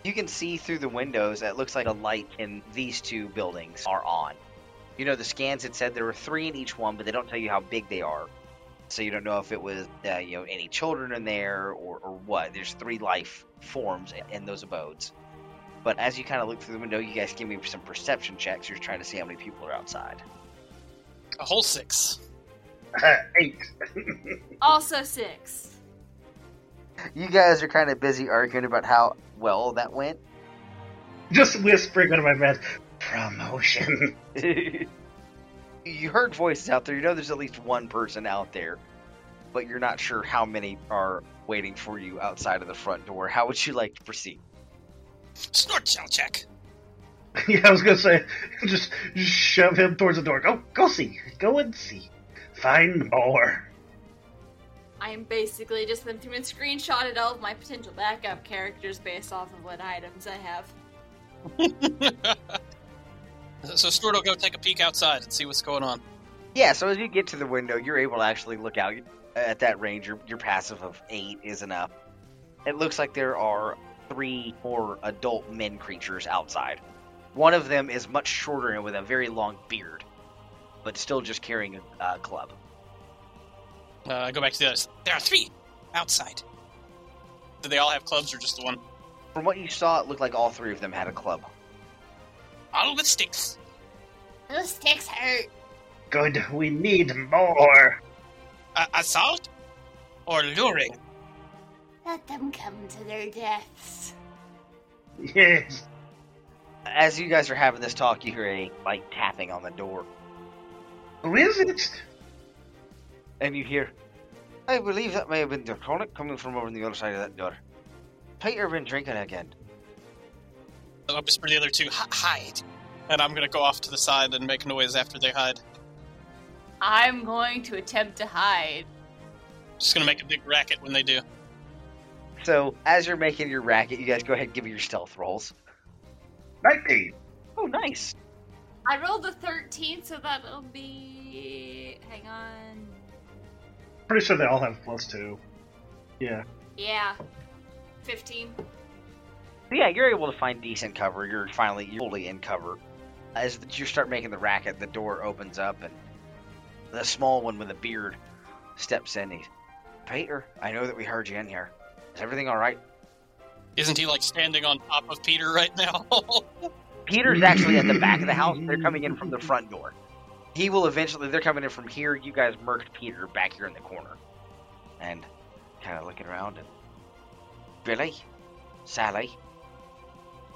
Speaker 2: you can see through the windows that it looks like a light in these two buildings are on. You know, the scans had said there were three in each one, but they don't tell you how big they are. So you don't know if it was, uh, you know, any children in there or, or what. There's three life forms in, in those abodes. But as you kind of look through the window, you guys give me some perception checks. You're trying to see how many people are outside.
Speaker 1: A whole six.
Speaker 4: Eight.
Speaker 3: Also six.
Speaker 2: You guys are kind of busy arguing about how well that went.
Speaker 4: Just whispering under my breath, promotion.
Speaker 2: you heard voices out there. You know there's at least one person out there, but you're not sure how many are waiting for you outside of the front door. How would you like to proceed?
Speaker 1: Snort shell check.
Speaker 4: yeah, I was gonna say, just shove him towards the door. Go, go see. Go and see. Find more.
Speaker 3: I'm basically just went through and screenshotted all of my potential backup characters based off of what items I have.
Speaker 1: So Snort will go take a peek outside and see what's going on.
Speaker 2: Yeah, so as you get to the window, you're able to actually look out at that range. Your, your passive of eight is enough. It looks like there are three more adult men creatures outside. One of them is much shorter and with a very long beard, but still just carrying a uh, club.
Speaker 1: Uh, I go back to the others. There are three outside. Do they all have clubs or just the one?
Speaker 2: From what you saw, it looked like all three of them had a club.
Speaker 1: All with sticks.
Speaker 5: Those sticks hurt.
Speaker 4: Good, we need more.
Speaker 1: Uh, assault or luring?
Speaker 5: Let them come to their deaths.
Speaker 4: Yes.
Speaker 2: As you guys are having this talk, you hear a light tapping on the door,
Speaker 4: Who is it?
Speaker 2: and you hear, I believe that may have been Draconic coming from over on the other side of that door. Peter been drinking again.
Speaker 1: I'll whisper the other two, "Hi- hide. And I'm gonna go off to the side and make noise after they hide.
Speaker 3: I'm going to attempt to hide.
Speaker 1: Just gonna make a big racket when they do.
Speaker 2: So, as you're making your racket, you guys go ahead and give me your stealth rolls.
Speaker 4: 19.
Speaker 2: Oh, nice.
Speaker 3: I rolled a 13, so that'll be. Hang on.
Speaker 4: Pretty sure they all have plus two. Yeah.
Speaker 3: Yeah. 15.
Speaker 2: Yeah, you're able to find decent cover. You're finally you're fully in cover. As you start making the racket, the door opens up, and the small one with a beard steps in. He's, Peter, I know that we heard you in here. Is everything all right?
Speaker 1: Isn't he like standing on top of Peter right now?
Speaker 2: Peter's actually at the back of the house. They're coming in from the front door. He will eventually. They're coming in from here. You guys murked Peter back here in the corner, and kind of looking around. And Billy, Sally,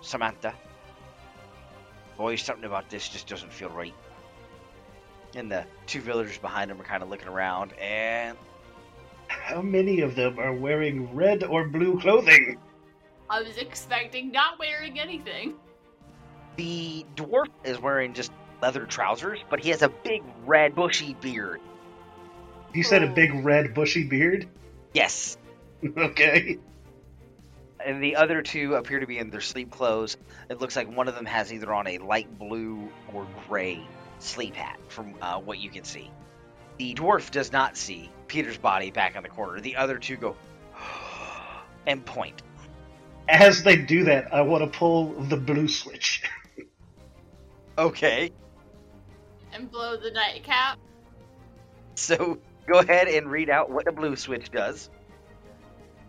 Speaker 2: Samantha. Boy, something about this just doesn't feel right. And the two villagers behind him are kind of looking around, and
Speaker 4: How many of them are wearing red or blue clothing?
Speaker 3: I was expecting not wearing anything.
Speaker 2: The dwarf is wearing just leather trousers, but he has a big red bushy beard.
Speaker 4: You said a big red bushy beard?
Speaker 2: Yes,
Speaker 4: okay.
Speaker 2: and the other two appear to be in their sleep clothes. It looks like one of them has either on a light blue or gray sleep hat, from uh, what you can see. The dwarf does not see Peter's body back in the corner. The other two go and point.
Speaker 4: As they do that, I want to pull the blue switch.
Speaker 2: Okay,
Speaker 3: And blow the nightcap.
Speaker 2: so go ahead and read out what the blue switch does.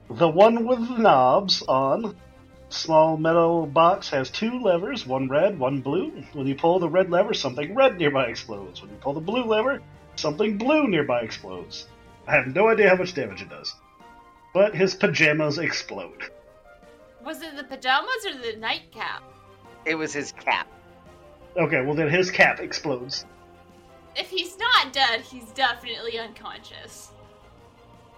Speaker 4: The one with the knobs on. Small metal box has two levers, one red, one blue. When you pull the red lever, something red nearby explodes. When you pull the blue lever, something blue nearby explodes. I have no idea how much damage it does. But his pajamas explode.
Speaker 3: Was it the pajamas or the nightcap?
Speaker 2: It was his cap.
Speaker 4: Okay, well then his cap explodes.
Speaker 3: If he's not dead, he's definitely unconscious.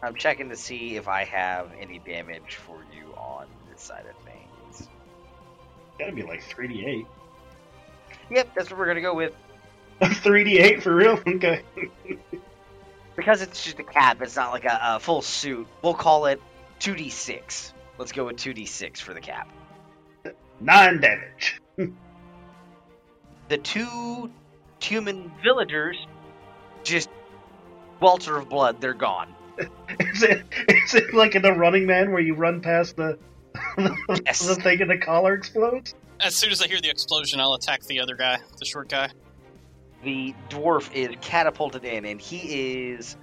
Speaker 2: I'm checking to see if I have any damage for you on this side of things.
Speaker 4: Gotta be like 3d8.
Speaker 2: Yep, that's what we're gonna go with.
Speaker 4: 3d8 for real? Okay.
Speaker 2: because it's just a cap, it's not like a, a full suit. We'll call it 2d6. Let's go with 2d6 for the cap.
Speaker 4: Nine damage.
Speaker 2: The two human villagers just welter of blood. They're gone.
Speaker 4: Is it, is it like in the Running Man where you run past the, the,
Speaker 2: Yes.
Speaker 4: the thing and the collar explodes?
Speaker 1: as soon as I hear the explosion, I'll attack the other guy, the short guy.
Speaker 2: The dwarf is catapulted in, and he is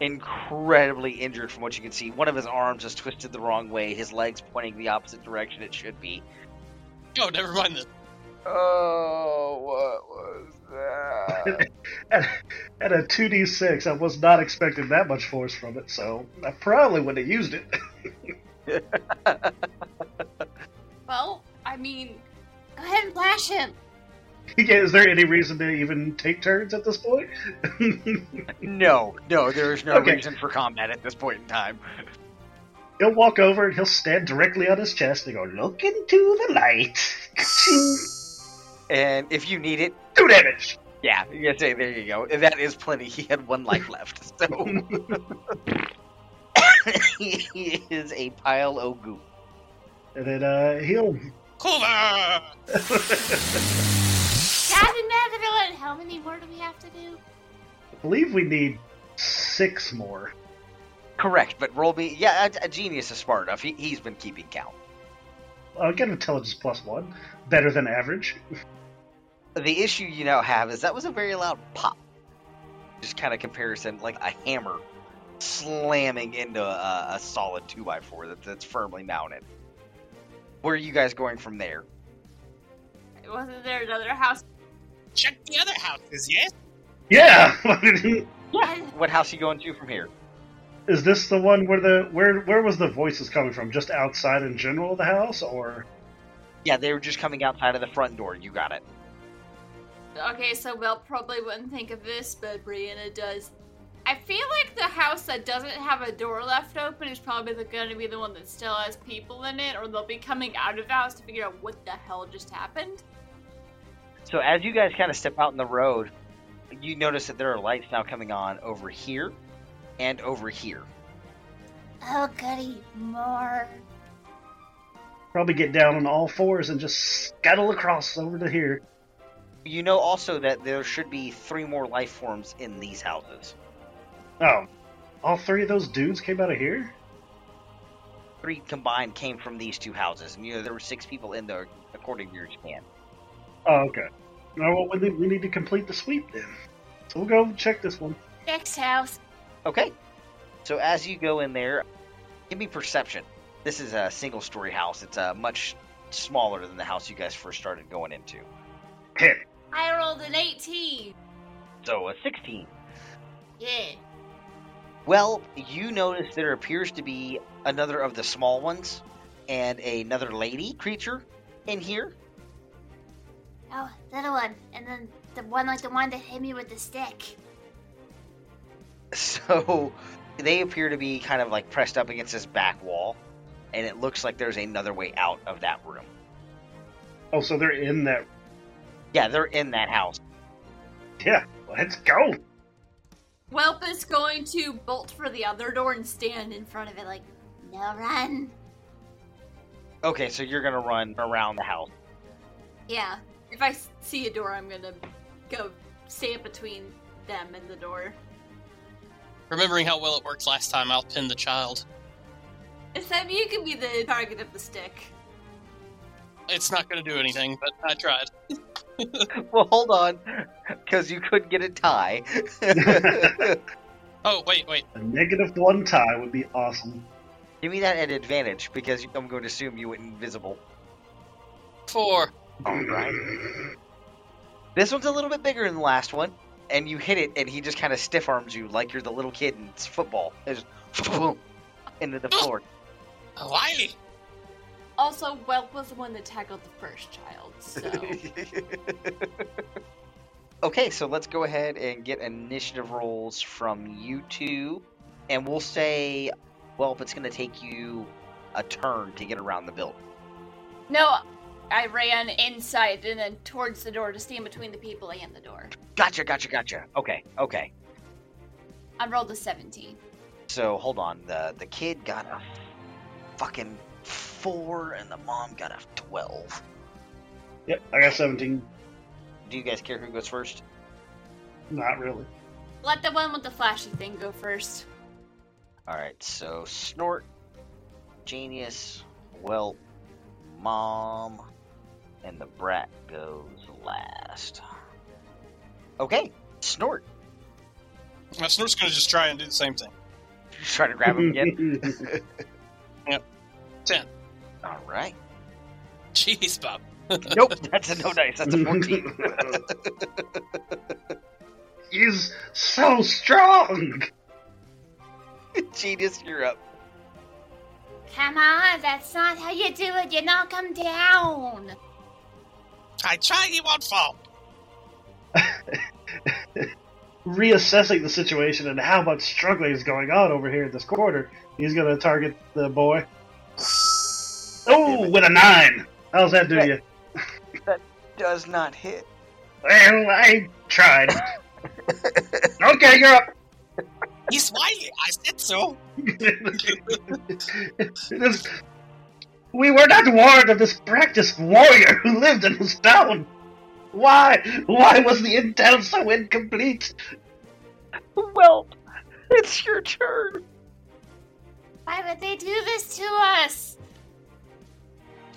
Speaker 2: incredibly injured from what you can see. One of his arms is twisted the wrong way. His legs pointing the opposite direction it should be.
Speaker 1: Oh, never mind this.
Speaker 2: Oh, what was that?
Speaker 4: At, at a 2d6, I was not expecting that much force from it, so I probably wouldn't have used it.
Speaker 3: Well, I mean,
Speaker 5: Go ahead and lash him.
Speaker 4: yeah, is there any reason to even take turns at this point?
Speaker 2: No, no, there is no
Speaker 4: Okay.
Speaker 2: reason for combat at this point in time.
Speaker 4: he'll walk over and he'll stand directly on his chest and go, Look into the light.
Speaker 2: And if you need it,
Speaker 4: Two damage.
Speaker 2: yeah, you say there you go. That is plenty. He had one life left, so he is a pile of goo.
Speaker 4: And then uh, he'll
Speaker 1: Cover!
Speaker 5: Got another one. How many more do we have to do?
Speaker 4: I believe we need six more.
Speaker 2: Correct, but roll me. Yeah, a, a genius is smart enough. He, he's been keeping count.
Speaker 4: I'll get intelligence plus one. Better than average.
Speaker 2: The issue you now have is that was a very loud pop. Just kind of comparison, like a hammer slamming into a, a solid two by four that, that's firmly mounted. Where are you guys going from there?
Speaker 5: Wasn't there another house?
Speaker 1: Check the other houses, yes?
Speaker 4: Yeah.
Speaker 2: What house are you going to from here?
Speaker 4: Is this the one where the where where was the voices coming from? Just outside in general of the house, or
Speaker 2: Yeah, they were just coming outside of the front door. You got it.
Speaker 3: Okay, so Mel probably wouldn't think of this, but Brianna does.
Speaker 5: I feel like the house that doesn't have a door left open is probably going to be the one that still has people in it, or they'll be coming out of the house to figure out what the hell just happened.
Speaker 2: So as you guys kind of step out in the road, you notice that there are lights now coming on over here and over here.
Speaker 5: Oh, goody, more.
Speaker 4: probably get down on all fours and just scuttle across over to here.
Speaker 2: You know also that there should be three more life forms in these houses.
Speaker 4: Oh, all three of those dudes came out of here.
Speaker 2: Three combined came from these two houses, and you know there were six people in there according to your scan.
Speaker 4: Oh, okay. Now well, we need, we need to complete the sweep then. So we'll go check this one.
Speaker 5: Next house.
Speaker 2: Okay. So as you go in there, give me perception. This is a single story house. It's uh, much smaller than the house you guys first started going into.
Speaker 4: Ten.
Speaker 3: I rolled an 18.
Speaker 2: So a 16.
Speaker 5: Yeah.
Speaker 2: Well, you notice there appears to be another of the small ones and another lady creature in here.
Speaker 5: Oh, little one. And then the one like the one that hit me with the stick.
Speaker 2: So they appear to be kind of like pressed up against this back wall, and it looks like there's another way out of that room.
Speaker 4: Oh, so they're in that.
Speaker 2: Yeah, they're in that house.
Speaker 4: Yeah, let's go.
Speaker 3: Whelp is going to bolt for the other door and stand in front of it like,
Speaker 5: No run.
Speaker 2: Okay, so you're gonna run around the house.
Speaker 3: yeah. If I s- see a door, I'm gonna go stand between them and the door.
Speaker 1: Remembering how well it worked last time, I'll pin the child.
Speaker 3: Sam, you can be the target of the stick.
Speaker 1: It's not going to do anything, but I tried.
Speaker 2: well, hold on, because you could get a tie.
Speaker 1: Oh, wait, wait.
Speaker 4: A negative one tie would be awesome.
Speaker 2: Give me that at advantage, because I'm going to assume you went invisible.
Speaker 1: Four.
Speaker 2: This one's a little bit bigger than the last one, and you hit it, and he just kind of stiff arms you like you're the little kid in s- football. It's just boom into the floor.
Speaker 1: Hawaii!
Speaker 3: Also, Whelp was the one that tackled the first child, so.
Speaker 2: okay, so let's go ahead and get initiative rolls from you two, and we'll say, well, if it's going to take you a turn to get around the building.
Speaker 3: no, I ran inside and then towards the door to stand between the people and the door.
Speaker 2: Gotcha, gotcha, gotcha. Okay, okay.
Speaker 3: I rolled a 17.
Speaker 2: So hold on, the the kid got a fucking four, and the mom got a twelve.
Speaker 4: Yep, I got seventeen.
Speaker 2: Do you guys care who goes first?
Speaker 4: Not really.
Speaker 3: Let the one with the flashy thing go first.
Speaker 2: All right, so Snort, Genius, Whelp, Mom, and the brat goes last. Okay, Snort,
Speaker 1: Now, Snort's going to just try and do the same thing.
Speaker 2: you try to grab him again.
Speaker 1: Ten.
Speaker 2: All right,
Speaker 1: Jeez, Bob.
Speaker 2: nope, that's a no dice. That's a fourteen.
Speaker 4: He's so strong.
Speaker 2: Genius, you're up.
Speaker 5: Come on, that's not how you do it. You knock him down.
Speaker 1: I try, he won't fall.
Speaker 4: Reassessing the situation and how much struggling is going on over here in this quarter, he's going to target the boy. Oh, with a nine. How's that do you?
Speaker 2: Does not hit.
Speaker 4: Well, I tried. okay, you're up.
Speaker 1: He's Wiley, I said so.
Speaker 4: This- we were not warned of this practiced warrior who lived in this town. Why? Why was the intel so incomplete?
Speaker 2: Well, it's your turn.
Speaker 5: Why would they do this to us?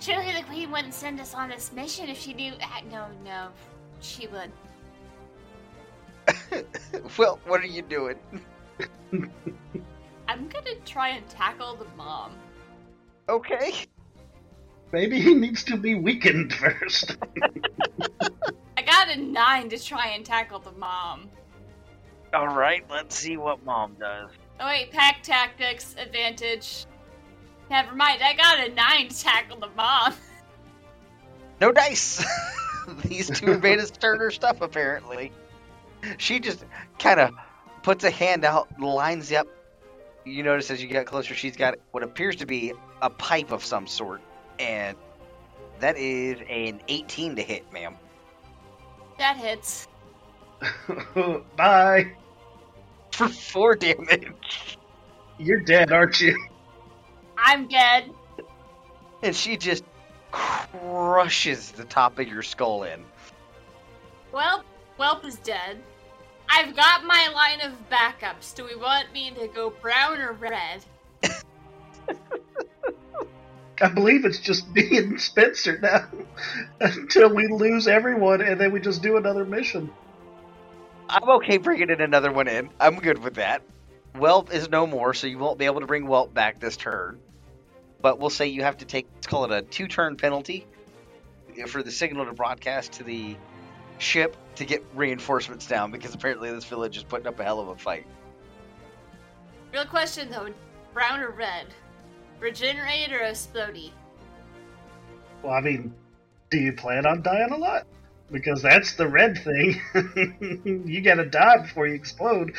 Speaker 5: Surely the queen wouldn't send us on this mission if she knew. ah, No, no, she would.
Speaker 2: Well, what are you doing?
Speaker 3: I'm gonna try and tackle the mom.
Speaker 2: Okay.
Speaker 4: Maybe he needs to be weakened first.
Speaker 5: I got a nine to try and tackle the mom.
Speaker 6: All right, let's see what mom does.
Speaker 5: Oh wait, pack tactics advantage. Never mind. I got a nine to tackle the mom.
Speaker 2: No dice. These two invaders turned her stuff apparently. She just kind of puts a hand out, lines up. You notice as you get closer, she's got what appears to be a pipe of some sort, and that is an 18 to hit, ma'am.
Speaker 5: That hits.
Speaker 4: Bye.
Speaker 2: For four damage.
Speaker 4: You're dead, aren't you?
Speaker 5: I'm dead.
Speaker 2: And she just crushes the top of your skull in.
Speaker 5: Welp, Welp is dead. I've got my line of backups. Do we want me to go brown or red?
Speaker 4: I believe it's just me and Spencer now until we lose everyone and then we just do another mission.
Speaker 2: I'm okay bringing in another one in. I'm good with that. Whelp is no more, so you won't be able to bring Whelp back this turn. But we'll say you have to take, let's call it a two turn penalty for the signal to broadcast to the ship to get reinforcements down because apparently this village is putting up a hell of a fight.
Speaker 5: Real question though, brown or red? Regenerate or explodey?
Speaker 4: Well, I mean, do you plan on dying a lot? Because that's the red thing. you gotta die before you explode.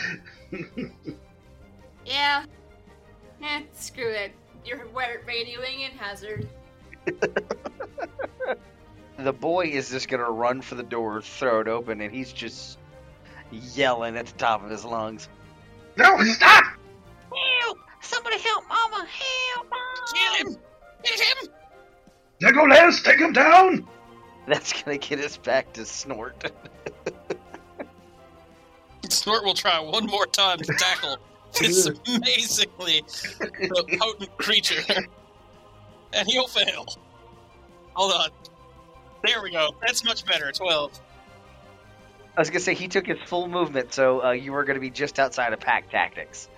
Speaker 5: Yeah. Eh, screw it. You're wa- radioing in hazard.
Speaker 2: The boy is just gonna run for the door, throw it open, and he's just yelling at the top of his lungs.
Speaker 4: No, stop!
Speaker 2: Help! Somebody help Mama! Help!
Speaker 1: Kill him! Hit him!
Speaker 4: Legolas, take him down!
Speaker 2: That's gonna get us back to snort.
Speaker 1: Snort will try one more time to tackle this amazingly uh, potent creature. And he'll fail. Hold on. There we go. That's much better. 12.
Speaker 2: I was gonna say he took his full movement, so uh, you were gonna be just outside of pack tactics.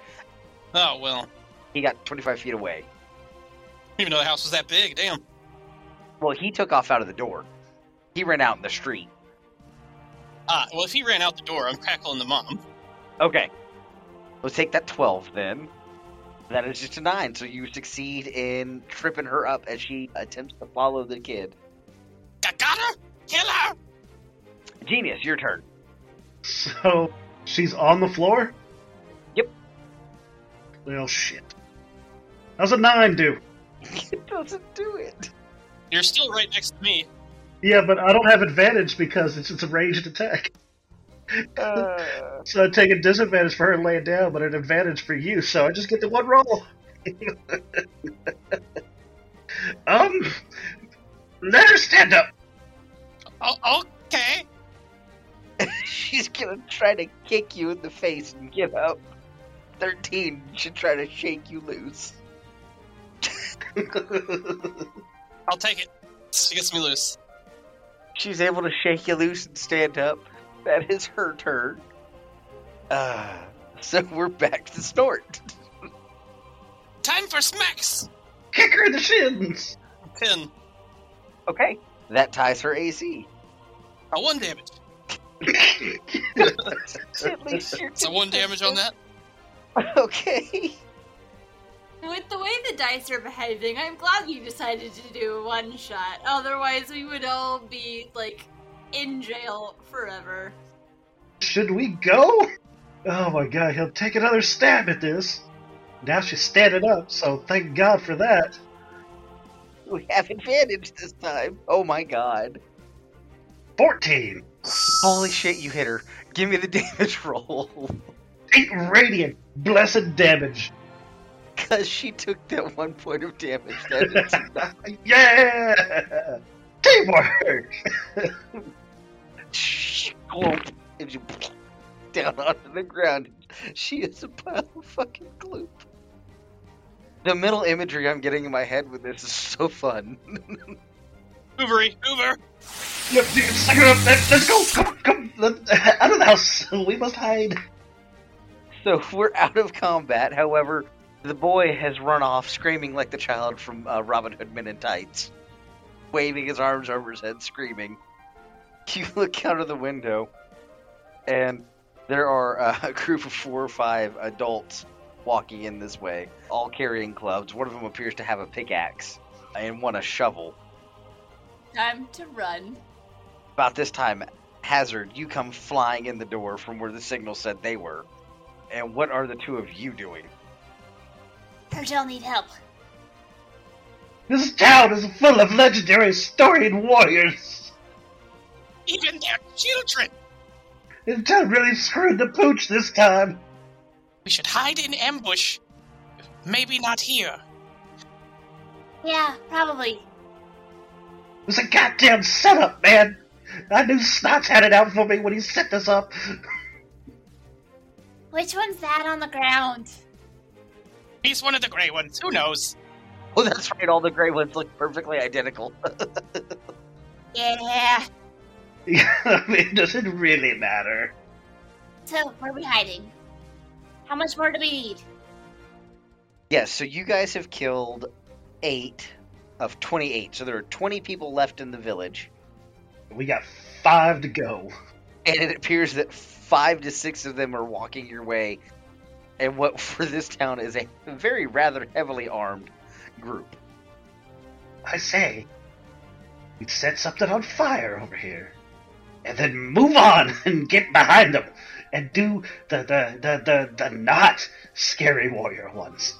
Speaker 1: Oh, well.
Speaker 2: He got 25 feet away.
Speaker 1: Even though the house was that big, damn.
Speaker 2: Well, he took off out of the door. He ran out in the street.
Speaker 1: Ah, well, if he ran out the door, I'm tackling the mom.
Speaker 2: Okay. Let's take that 12 then. That is just a 9, so you succeed in tripping her up as she attempts to follow the kid.
Speaker 1: I got her! Kill her!
Speaker 2: Genius, your turn.
Speaker 4: So, she's on the floor?
Speaker 2: Yep.
Speaker 4: Well, shit. How's a nine do?
Speaker 2: It doesn't do it.
Speaker 1: You're still right next to me.
Speaker 4: Yeah, but I don't have advantage because it's, it's a ranged attack.
Speaker 2: Uh,
Speaker 4: So I take a disadvantage for her laying down, but an advantage for you, so I just get the one roll. um, let her stand up.
Speaker 1: Oh, okay.
Speaker 2: she's gonna try to kick you in the face and give up. 13 should try to shake you loose.
Speaker 1: I'll take it. She gets me loose.
Speaker 2: She's able to shake you loose and stand up. That is her turn. Uh, so we're back to Snort.
Speaker 1: Time for smacks!
Speaker 4: Kick her in the shins.
Speaker 1: 10.
Speaker 2: Okay. That ties her AC.
Speaker 1: A 1 damage.
Speaker 2: At least you're
Speaker 1: So 1 damage on that.
Speaker 2: Okay.
Speaker 5: With the way the dice are behaving, I'm glad you decided to do one shot. Otherwise, we would all be, like, in jail forever.
Speaker 4: Should we go? Oh my god, he'll take another stab at this. Now she's standing up, so thank God for that.
Speaker 2: We have advantage this time. Oh my god.
Speaker 4: 14.
Speaker 2: Holy shit, you hit her. Give me the damage roll.
Speaker 4: 8 radiant. Blessed damage.
Speaker 2: Because she took that one point of damage. That is
Speaker 4: Yeah! Teamwork!
Speaker 2: Gloop. and you down onto the ground. She is a pile of fucking gloop. The mental imagery I'm getting in my head with this is so fun.
Speaker 1: Hoovery, Hoover!
Speaker 4: Yep, dude, suck it up. Let- Let's go. Come, come. Let- out of the house. We must hide.
Speaker 2: So we're out of combat. However, the boy has run off screaming like the child from uh, Robin Hood Men in Tights. waving his arms over his head, screaming. You look out of the window, and there are uh, a group of four or five adults walking in this way, all carrying clubs. One of them appears to have a pickaxe, and one a shovel.
Speaker 5: Time to run.
Speaker 2: About this time, Hazard, you come flying in the door from where the signal said they were. And what are the two of you doing?
Speaker 5: Pergel need help.
Speaker 4: This town is full of legendary storied warriors.
Speaker 1: Even their children!
Speaker 4: The town really screwed the pooch this time.
Speaker 1: We should hide in ambush. Maybe not here.
Speaker 5: Yeah, probably.
Speaker 4: It was a goddamn setup, man. I knew Snots had it out for me when he set this up.
Speaker 5: Which one's that on the ground?
Speaker 1: He's one of the gray ones. Who knows?
Speaker 2: Oh, that's right. All the gray ones look perfectly identical.
Speaker 5: Yeah.
Speaker 4: I mean, it doesn't really matter.
Speaker 5: So, where are we hiding? How much more do we need?
Speaker 2: Yes, so you guys have killed eight of 28. So there are 20 people left in the village.
Speaker 4: We got five to go.
Speaker 2: And it appears that five to six of them are walking your way. And what for this town is a very rather heavily armed group.
Speaker 4: I say, we'd set something on fire over here. And then move on and get behind them and do the, the, the, the, the not scary warrior ones.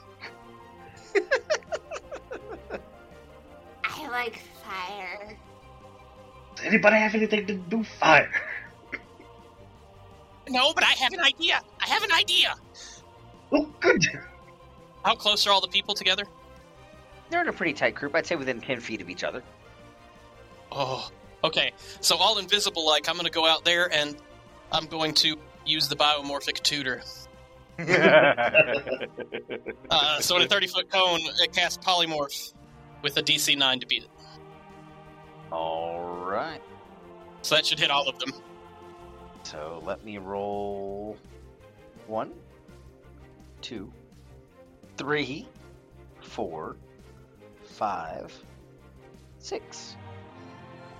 Speaker 5: I like fire.
Speaker 4: Does anybody have anything to do with fire?
Speaker 1: No, but I have an idea. I have an idea.
Speaker 4: Oh, good.
Speaker 1: How close are all the people together?
Speaker 2: They're in a pretty tight group. I'd say within 10 feet of each other.
Speaker 1: Oh, okay. So all invisible, like I'm going to go out there and I'm going to use the biomorphic tutor. Uh, so in a 30 foot cone, it casts polymorph with a DC 9 to beat it.
Speaker 2: all right.
Speaker 1: So that should hit all of them.
Speaker 2: So let me roll one, two, three, four, five, six.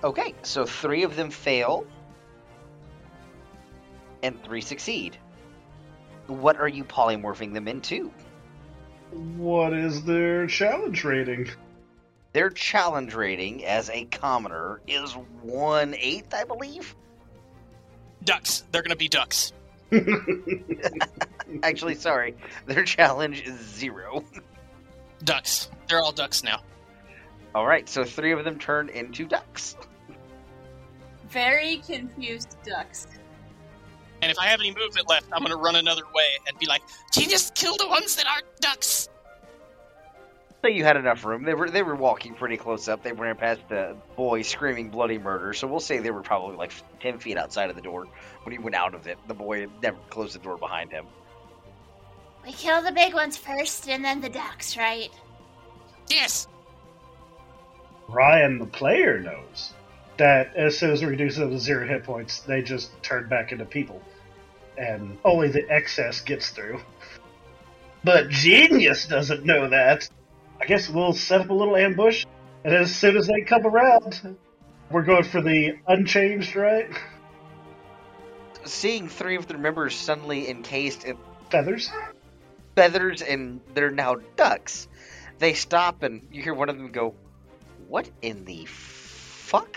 Speaker 2: Okay, so three of them fail, and three succeed. What are you polymorphing them into?
Speaker 4: What is their challenge rating?
Speaker 2: Their challenge rating as a commoner is one eighth, I believe.
Speaker 1: Ducks. They're going to be ducks.
Speaker 2: Actually, sorry, their challenge is zero.
Speaker 1: Ducks. They're all ducks now.
Speaker 2: All right, so three of them turn into ducks.
Speaker 5: Very confused ducks.
Speaker 1: And if I have any movement left, I'm going to run another way and be like, genius, kill the ones that aren't ducks.
Speaker 2: So you had enough room. They were they were walking pretty close up. They ran past the boy screaming bloody murder. So we'll say they were probably like ten feet outside of the door when he went out of it. The boy had never closed the door behind him.
Speaker 5: We kill the big ones first and then the ducks, right?
Speaker 1: Yes.
Speaker 4: Ryan, the player, knows that as soon as we reduce them to zero hit points, they just turn back into people. And only the excess gets through. But Genius doesn't know that. I guess we'll set up a little ambush, and as soon as they come around, we're going for the unchanged, right?
Speaker 2: Seeing three of their members suddenly encased in
Speaker 4: Feathers?
Speaker 2: feathers and they're now ducks, they stop and you hear one of them go, "What in the fuck?"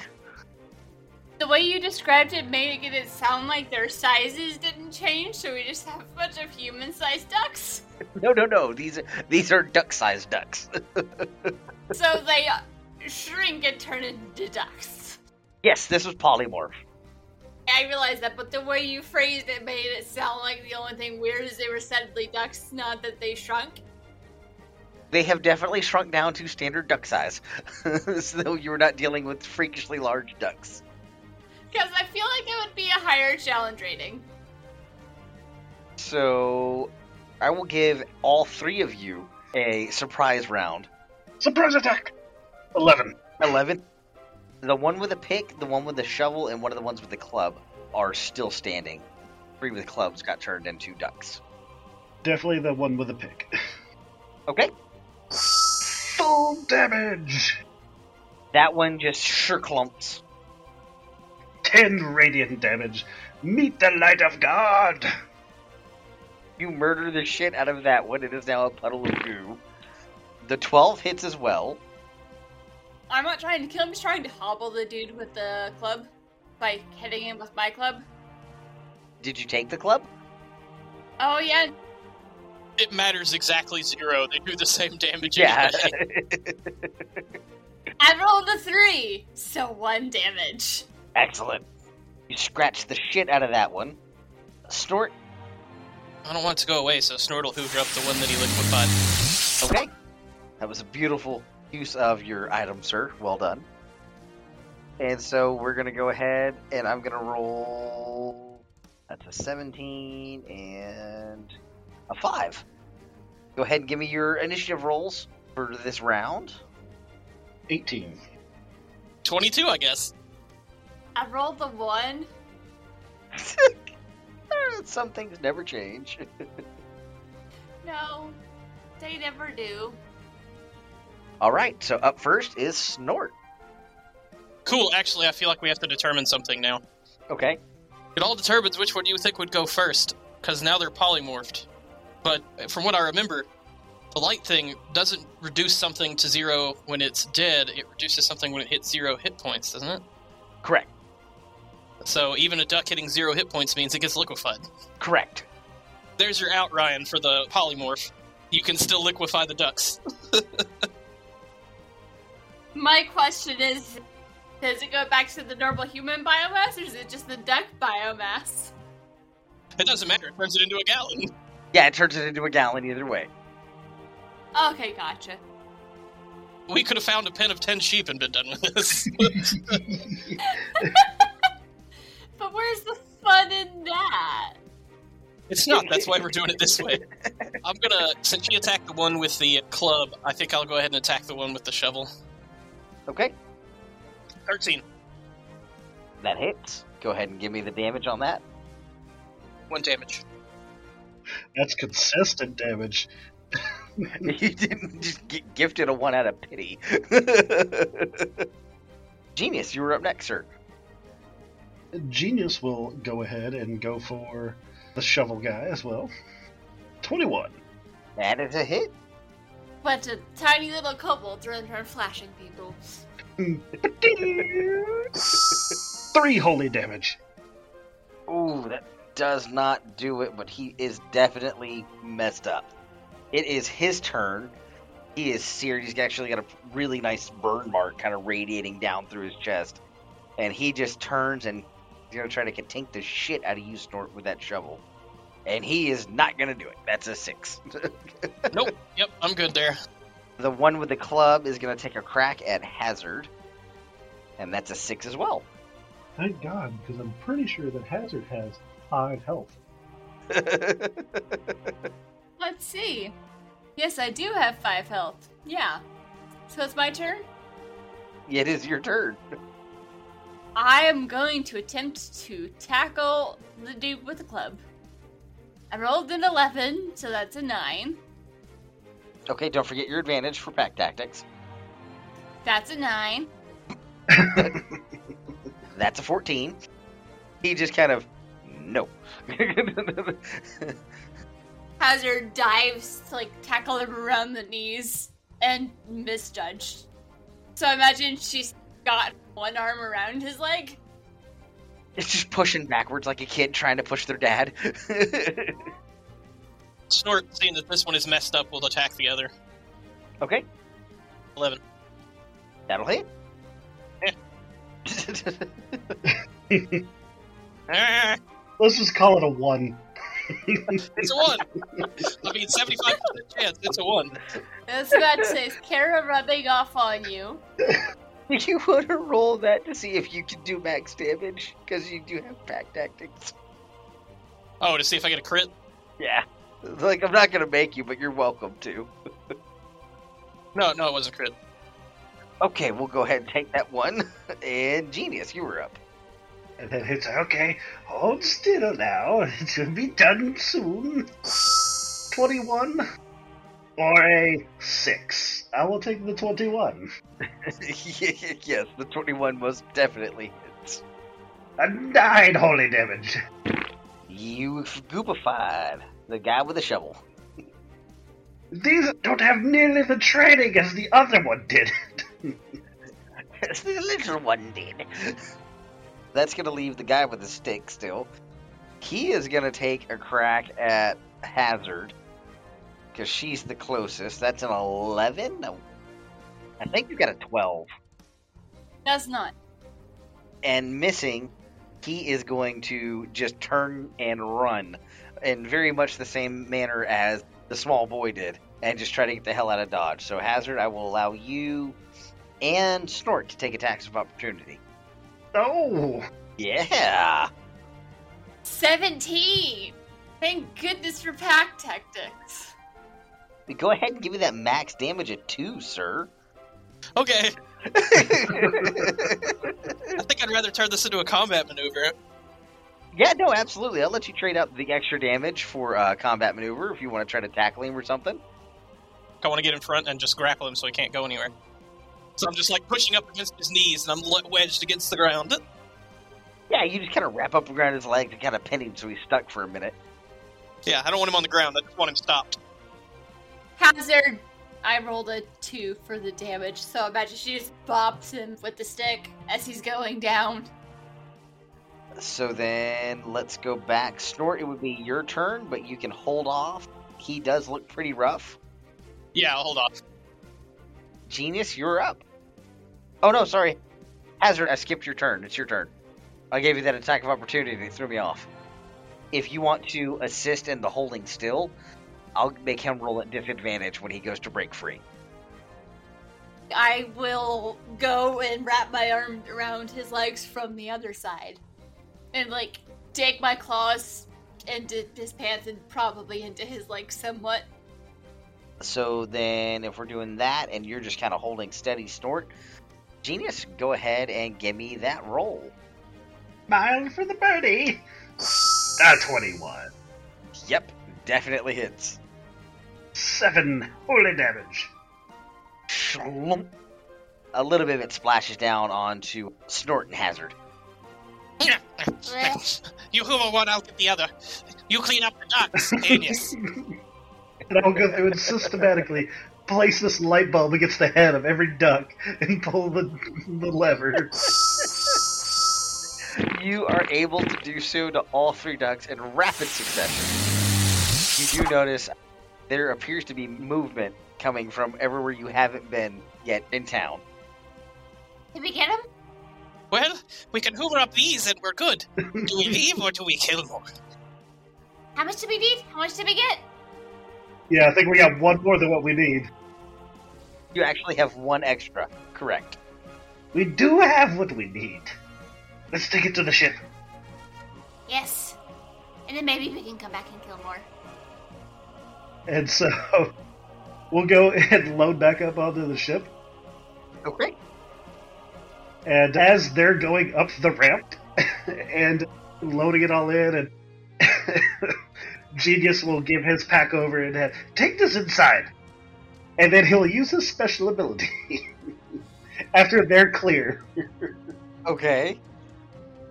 Speaker 3: The way you described it made it sound like their sizes didn't change, so we just have a bunch of human-sized ducks.
Speaker 2: No, no, no. These these are duck-sized ducks.
Speaker 3: So they uh, shrink and turn into ducks.
Speaker 2: yes, this was polymorph.
Speaker 3: I realize that, but the way you phrased it made it sound like the only thing weird is they were suddenly ducks, not that they shrunk.
Speaker 2: They have definitely shrunk down to standard duck size, so you're not dealing with freakishly large ducks.
Speaker 3: Because I feel like it would be a higher challenge rating.
Speaker 2: So, I will give all three of you a surprise round.
Speaker 4: Surprise attack! 11.
Speaker 2: 11. The one with a pick, the one with the shovel, and one of the ones with the club are still standing. Three with clubs got turned into ducks.
Speaker 4: Definitely the one with the pick.
Speaker 2: Okay.
Speaker 4: Full damage!
Speaker 2: That one just sure clumps.
Speaker 4: Ten radiant damage. Meet the light of God.
Speaker 2: You murder the shit out of that one. It is now a puddle of goo. The 12 hits as well.
Speaker 3: I'm not trying to kill him. I'm just trying to hobble the dude with the club by hitting him with my club.
Speaker 2: Did you take the club?
Speaker 3: Oh yeah,
Speaker 1: It matters exactly zero. They do the same damage.
Speaker 2: Yeah.
Speaker 1: anyway.
Speaker 3: I rolled a three, so one damage.
Speaker 2: Excellent. You scratch the shit out of that one. Snort.
Speaker 1: I don't want it to go away, so Snort'll hoover up the one that he liquefied.
Speaker 2: Okay. That was a beautiful use of your item, sir. Well done. And so we're going to go ahead and I'm going to roll. That's a 17 and a 5. Go ahead and give me your initiative rolls for this round.
Speaker 4: 18.
Speaker 1: Twenty-two, I guess.
Speaker 3: I rolled the one.
Speaker 2: Some things never change.
Speaker 3: No, they never do.
Speaker 2: All right, so up first is Snort.
Speaker 1: Cool. Actually, I feel like we have to determine something now.
Speaker 2: Okay.
Speaker 1: It all determines which one you think would go first, because now they're polymorphed. But uh, from what I remember, the light thing doesn't reduce something to zero when it's dead. It reduces something when it hits zero hit points, doesn't it?
Speaker 2: Correct.
Speaker 1: So even a duck hitting zero hit points means it gets liquefied.
Speaker 2: Correct.
Speaker 1: There's your out, Ryan, for the polymorph. You can still liquefy the ducks.
Speaker 3: My question is, does it go back to the normal human biomass, or is it just the duck biomass?
Speaker 1: It doesn't matter. It turns it into a gallon.
Speaker 2: Yeah, it turns it into a gallon either way.
Speaker 3: Okay, gotcha.
Speaker 1: We could have found a pen of ten sheep and been done with this.
Speaker 3: But where's the fun in that?
Speaker 1: It's not. That's why we're doing it this way. I'm gonna since she attacked the one with the club. I think I'll go ahead and attack the one with the shovel.
Speaker 2: Okay.
Speaker 1: Thirteen.
Speaker 2: That hits. Go ahead and give me the damage on that.
Speaker 1: One damage.
Speaker 4: That's consistent damage.
Speaker 2: you didn't just get gifted a one out of pity. Genius, you were up next, sir.
Speaker 4: Genius will go ahead and go for the shovel guy as well. 21.
Speaker 2: That is a hit.
Speaker 3: Bunch of tiny little kobolds running around flashing people.
Speaker 4: Three holy damage.
Speaker 2: Ooh, that does not do it, but he is definitely messed up. It is his turn. He is seared. He's actually got a really nice burn mark kind of radiating down through his chest. And he just turns and you know try to contink the shit out of you, Snort, with that shovel. And he is not gonna do it. That's a six.
Speaker 1: Yep, I'm good there.
Speaker 2: The one with the club is going to take a crack at Hazard, and that's a six as well.
Speaker 4: Thank God, because I'm pretty sure that Hazard has high health.
Speaker 3: Let's see. Yes, I do have five health. Yeah. So it's my turn?
Speaker 2: it is your turn.
Speaker 3: I am going to attempt to tackle the dude with the club. I rolled an 11, so that's a 9.
Speaker 2: Okay, don't forget your advantage for pack tactics.
Speaker 3: That's a 9.
Speaker 2: That's a 14. He just kind of, no.
Speaker 3: Hazard dives to like tackle him around the knees and misjudged. So I imagine she's got one arm around his leg.
Speaker 2: it's just pushing backwards like a kid trying to push their dad.
Speaker 1: Snort, seeing that this one is messed up, will attack the other.
Speaker 2: okay,
Speaker 1: Eleven.
Speaker 2: that'll hit.
Speaker 1: Ah,
Speaker 4: Let's just call it a 1.
Speaker 1: it's a one. I mean, seventy-five percent chance. It's a one.
Speaker 3: I was about to say, is Kara rubbing off on you?
Speaker 2: you want to roll that to see if you can do max damage? Because you do have pack tactics.
Speaker 1: Oh, to see if I get a crit.
Speaker 2: Yeah. Like, I'm not going to make you, but you're welcome to.
Speaker 1: No, no, it wasn't a crit.
Speaker 2: Okay, we'll go ahead and take that one. And Genius, you were up.
Speaker 4: And then it's okay, hold still now. It will be done soon. 21. or a six. I will take the 21.
Speaker 2: yes, the 21 most definitely hits.
Speaker 4: A nine holy damage.
Speaker 7: You goopified the guy with the shovel.
Speaker 4: These don't have nearly the training as the other one did.
Speaker 7: As the little one did.
Speaker 2: That's going to leave the guy with the stick still. He is going to take a crack at Hazard because she's the closest. That's an 11? No. I think you got a 12.
Speaker 3: Does not.
Speaker 2: And missing, he is going to just turn and run in very much the same manner as the small boy did and just try to get the hell out of Dodge. So, Hazard, I will allow you and Snort to take attacks of opportunity.
Speaker 4: Oh,
Speaker 2: Yeah!
Speaker 5: 17! Thank goodness for pack tactics.
Speaker 7: Go ahead and give me that max damage of two, sir.
Speaker 1: Okay, I think I'd rather turn this into a combat maneuver.
Speaker 2: yeah, no, absolutely. I'll let you trade out the extra damage for uh, combat maneuver if you want to try to tackle him or something.
Speaker 1: I want to get in front and just grapple him so he can't go anywhere. So I'm just like pushing up against his knees and I'm le- wedged against the ground.
Speaker 2: Yeah, you just kind of wrap up around his legs and kind of pin him so he's stuck for a minute.
Speaker 1: Yeah, I don't want him on the ground. I just want him stopped.
Speaker 3: Hazard. I rolled a two for the damage, so imagine she just bops him with the stick as he's going down.
Speaker 2: So then let's go back. Snort, it would be your turn, but you can hold off. He does look pretty rough.
Speaker 1: Yeah, I'll hold off.
Speaker 2: Genius, you're up. Oh no, sorry. Hazard, I skipped your turn. It's your turn. I gave you that attack of opportunity that threw me off. If you want to assist in the holding still, I'll make him roll at disadvantage when he goes to break free.
Speaker 3: I will go and wrap my arm around his legs from the other side. And, like, dig my claws into his pants and probably into his legs somewhat.
Speaker 2: So then if we're doing that and you're just kind of holding steady snort, Genius, go ahead and give me that roll.
Speaker 4: mile for the birdie. Ah, A 21.
Speaker 2: Yep, definitely hits.
Speaker 4: Seven holy damage.
Speaker 2: Shlump. A little bit of it splashes down onto Snort and Hazard.
Speaker 1: You hoover one, I'll get the other. You clean up the ducks, genius.
Speaker 4: And I'll go through and systematically place this light bulb against the head of every duck and pull the, the lever.
Speaker 2: You are able to do so to all three ducks in rapid succession. You do notice there appears to be movement coming from everywhere you haven't been yet in town.
Speaker 5: Did we get him?
Speaker 1: Well, we can hoover up these and we're good. Do we leave or do we kill more?
Speaker 5: How much did we need? How much did we get?
Speaker 4: Yeah, I think we got one more than what we need.
Speaker 2: You actually have one extra. Correct.
Speaker 4: We do have what we need. Let's take it to the ship.
Speaker 5: Yes. And then maybe we can come back and kill more.
Speaker 4: And so we'll go and load back up onto the ship.
Speaker 2: Okay.
Speaker 4: And as they're going up the ramp and loading it all in, and Genius will give his pack over and have, take this inside. And then he'll use his special ability after they're clear.
Speaker 2: Okay.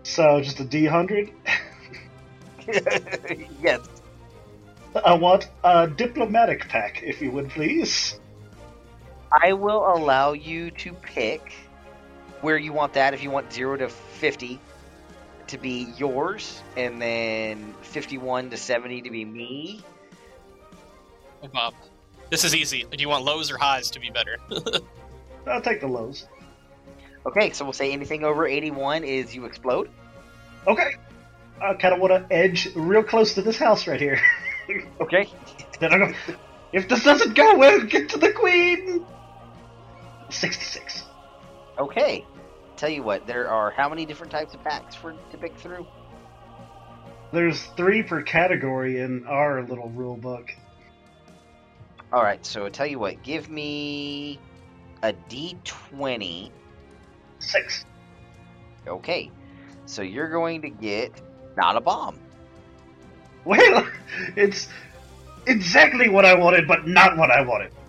Speaker 4: So just a D100.
Speaker 2: yes.
Speaker 4: I want a diplomatic pack, if you would please.
Speaker 2: I will allow you to pick where you want that. If you want 0 to 50 to be yours, and then 51 to 70 to be me.
Speaker 1: Oh, Bob, this is easy. Do you want lows or highs to be better?
Speaker 4: I'll take the lows.
Speaker 2: Okay, so we'll say anything over 81 is you explode.
Speaker 4: Okay. I kind of want to edge real close to this house right here.
Speaker 2: Okay.
Speaker 4: Then I go, if this doesn't go well, get to the queen! 66.
Speaker 2: Okay. Tell you what, there are how many different types of packs for to pick through?
Speaker 4: There's three per category in our little rule book.
Speaker 2: All right, so tell you what, give me a d20
Speaker 4: Six.
Speaker 2: Okay. So you're going to get not a bomb.
Speaker 4: Well, it's exactly what I wanted, but not what I wanted.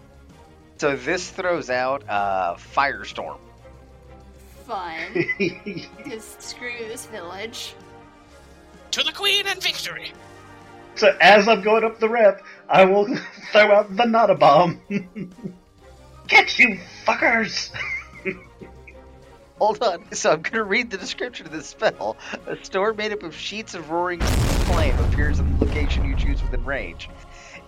Speaker 2: So this throws out a firestorm.
Speaker 3: Fun. Just screw this village.
Speaker 1: To the queen and victory.
Speaker 4: so as I'm going up the ramp, I will throw out the Nada Bomb. Get you fuckers!
Speaker 2: Hold on. So I'm going to read the description of this spell. A storm made up of sheets of roaring flame appears at the location you choose within range.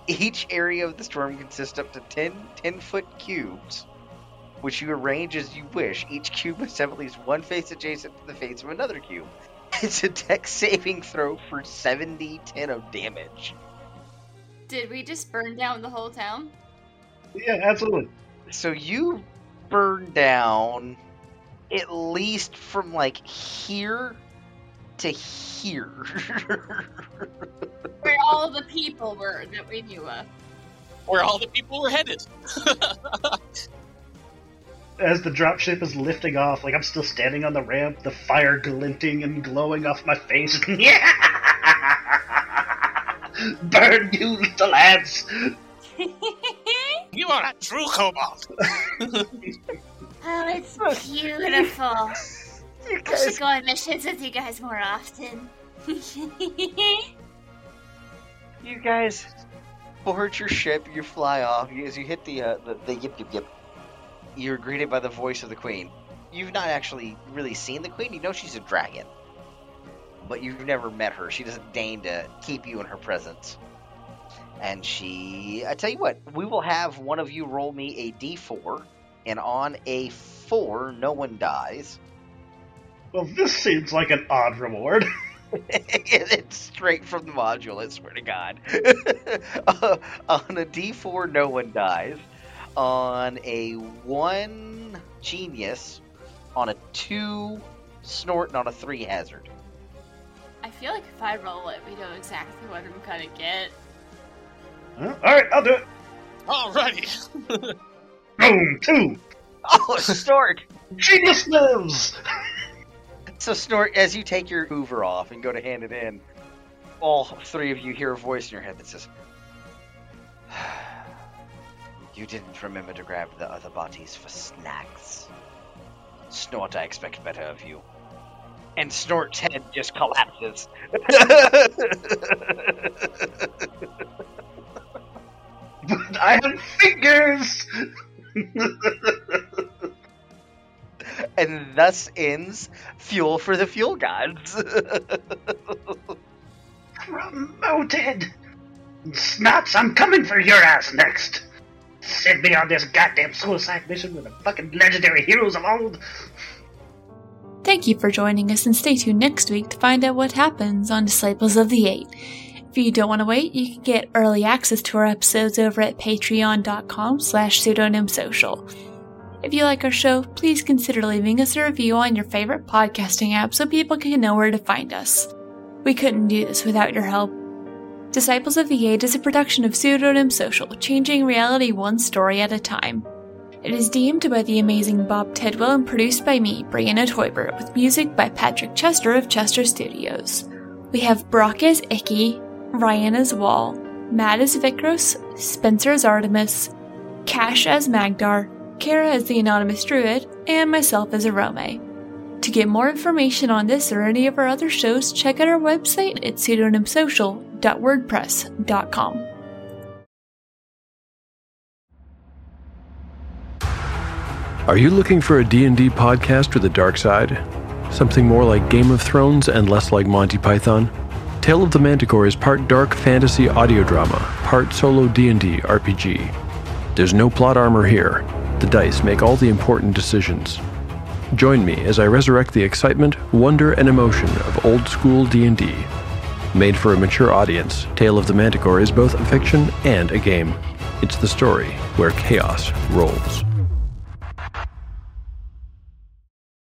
Speaker 2: Each area of the storm consists up to 10 10 foot cubes, which you arrange as you wish. Each cube must have at least one face adjacent to the face of another cube. It's a dex saving throw for 70 of damage.
Speaker 3: Did we just burn down the whole town?
Speaker 4: yeah, absolutely.
Speaker 2: So you burn down at least from like here to here.
Speaker 3: Where all the people were that we knew of.
Speaker 1: Where all the people were headed.
Speaker 4: As the dropship is lifting off, like I'm still standing on the ramp, the fire glinting and glowing off my face. Burn you, the lads!
Speaker 1: You are a true kobold.
Speaker 3: Oh, it's beautiful.
Speaker 2: you
Speaker 3: I should go on missions with you guys more often.
Speaker 2: you guys board your ship. You fly off. You- As you hit the uh, the, the yip yip yip, you're greeted by the voice of the queen. You've not actually really seen the queen. You know she's a dragon, but you've never met her. She doesn't deign to keep you in her presence. And she, I tell you what, we will have one of you roll me a d4, and on a four, no one dies.
Speaker 4: Well, this seems like an odd reward.
Speaker 2: it's straight from the module, I swear to God. Uh, on a D4, no one dies. On a 1, genius. On a 2, snort. And on a 3, hazard.
Speaker 3: I feel like if I roll it, we know exactly what I'm gonna get.
Speaker 4: Huh? Alright, I'll do it.
Speaker 1: Alrighty.
Speaker 4: Boom, two.
Speaker 2: Oh, snort!
Speaker 4: Genius lives!
Speaker 2: so, snort, as you take your hoover off and go to hand it in, all three of you hear a voice in your head that says, You didn't remember to grab the other bodies for snacks. Snort, I expect better of you. And Snort's head just collapses.
Speaker 4: But I have fingers!
Speaker 2: and thus ends Fuel for the Fuel Gods.
Speaker 4: Promoted! Snots, I'm coming for your ass next! Send me on this goddamn suicide mission with the fucking legendary heroes of old!
Speaker 8: Thank you for joining us and stay tuned next week to find out what happens on Disciples of the Eight. If you don't want to wait, you can get early access to our episodes over at patreon.com slash pseudonymsocial. If you like our show, please consider leaving us a review on your favorite podcasting app so people can know where to find us. We couldn't do this without your help. Disciples of the Eight is a production of Pseudonym Social, changing reality one story at a time. It is deemed by the amazing Bob Tidwell and produced by me, Brianna Toiber, with music by Patrick Chester of Chester Studios. We have Brock as Icky, Ryan as Wall, Matt as Vikros, Spencer as Artemis, Cash as Magdar, Kara as the Anonymous Druid, and myself as Arome. To get more information on this or any of our other shows, check out our website at pseudonymsocial.wordpress.com.
Speaker 9: Are you looking for a D&D podcast with a dark side? Something more like Game of Thrones and less like Monty Python? Tale of the Manticore is part dark fantasy audio drama, part solo D&D RPG. There's no plot armor here. The dice make all the important decisions. Join me as I resurrect the excitement, wonder, and emotion of old school D&D. Made for a mature audience, Tale of the Manticore is both a fiction and a game. It's the story where chaos rolls.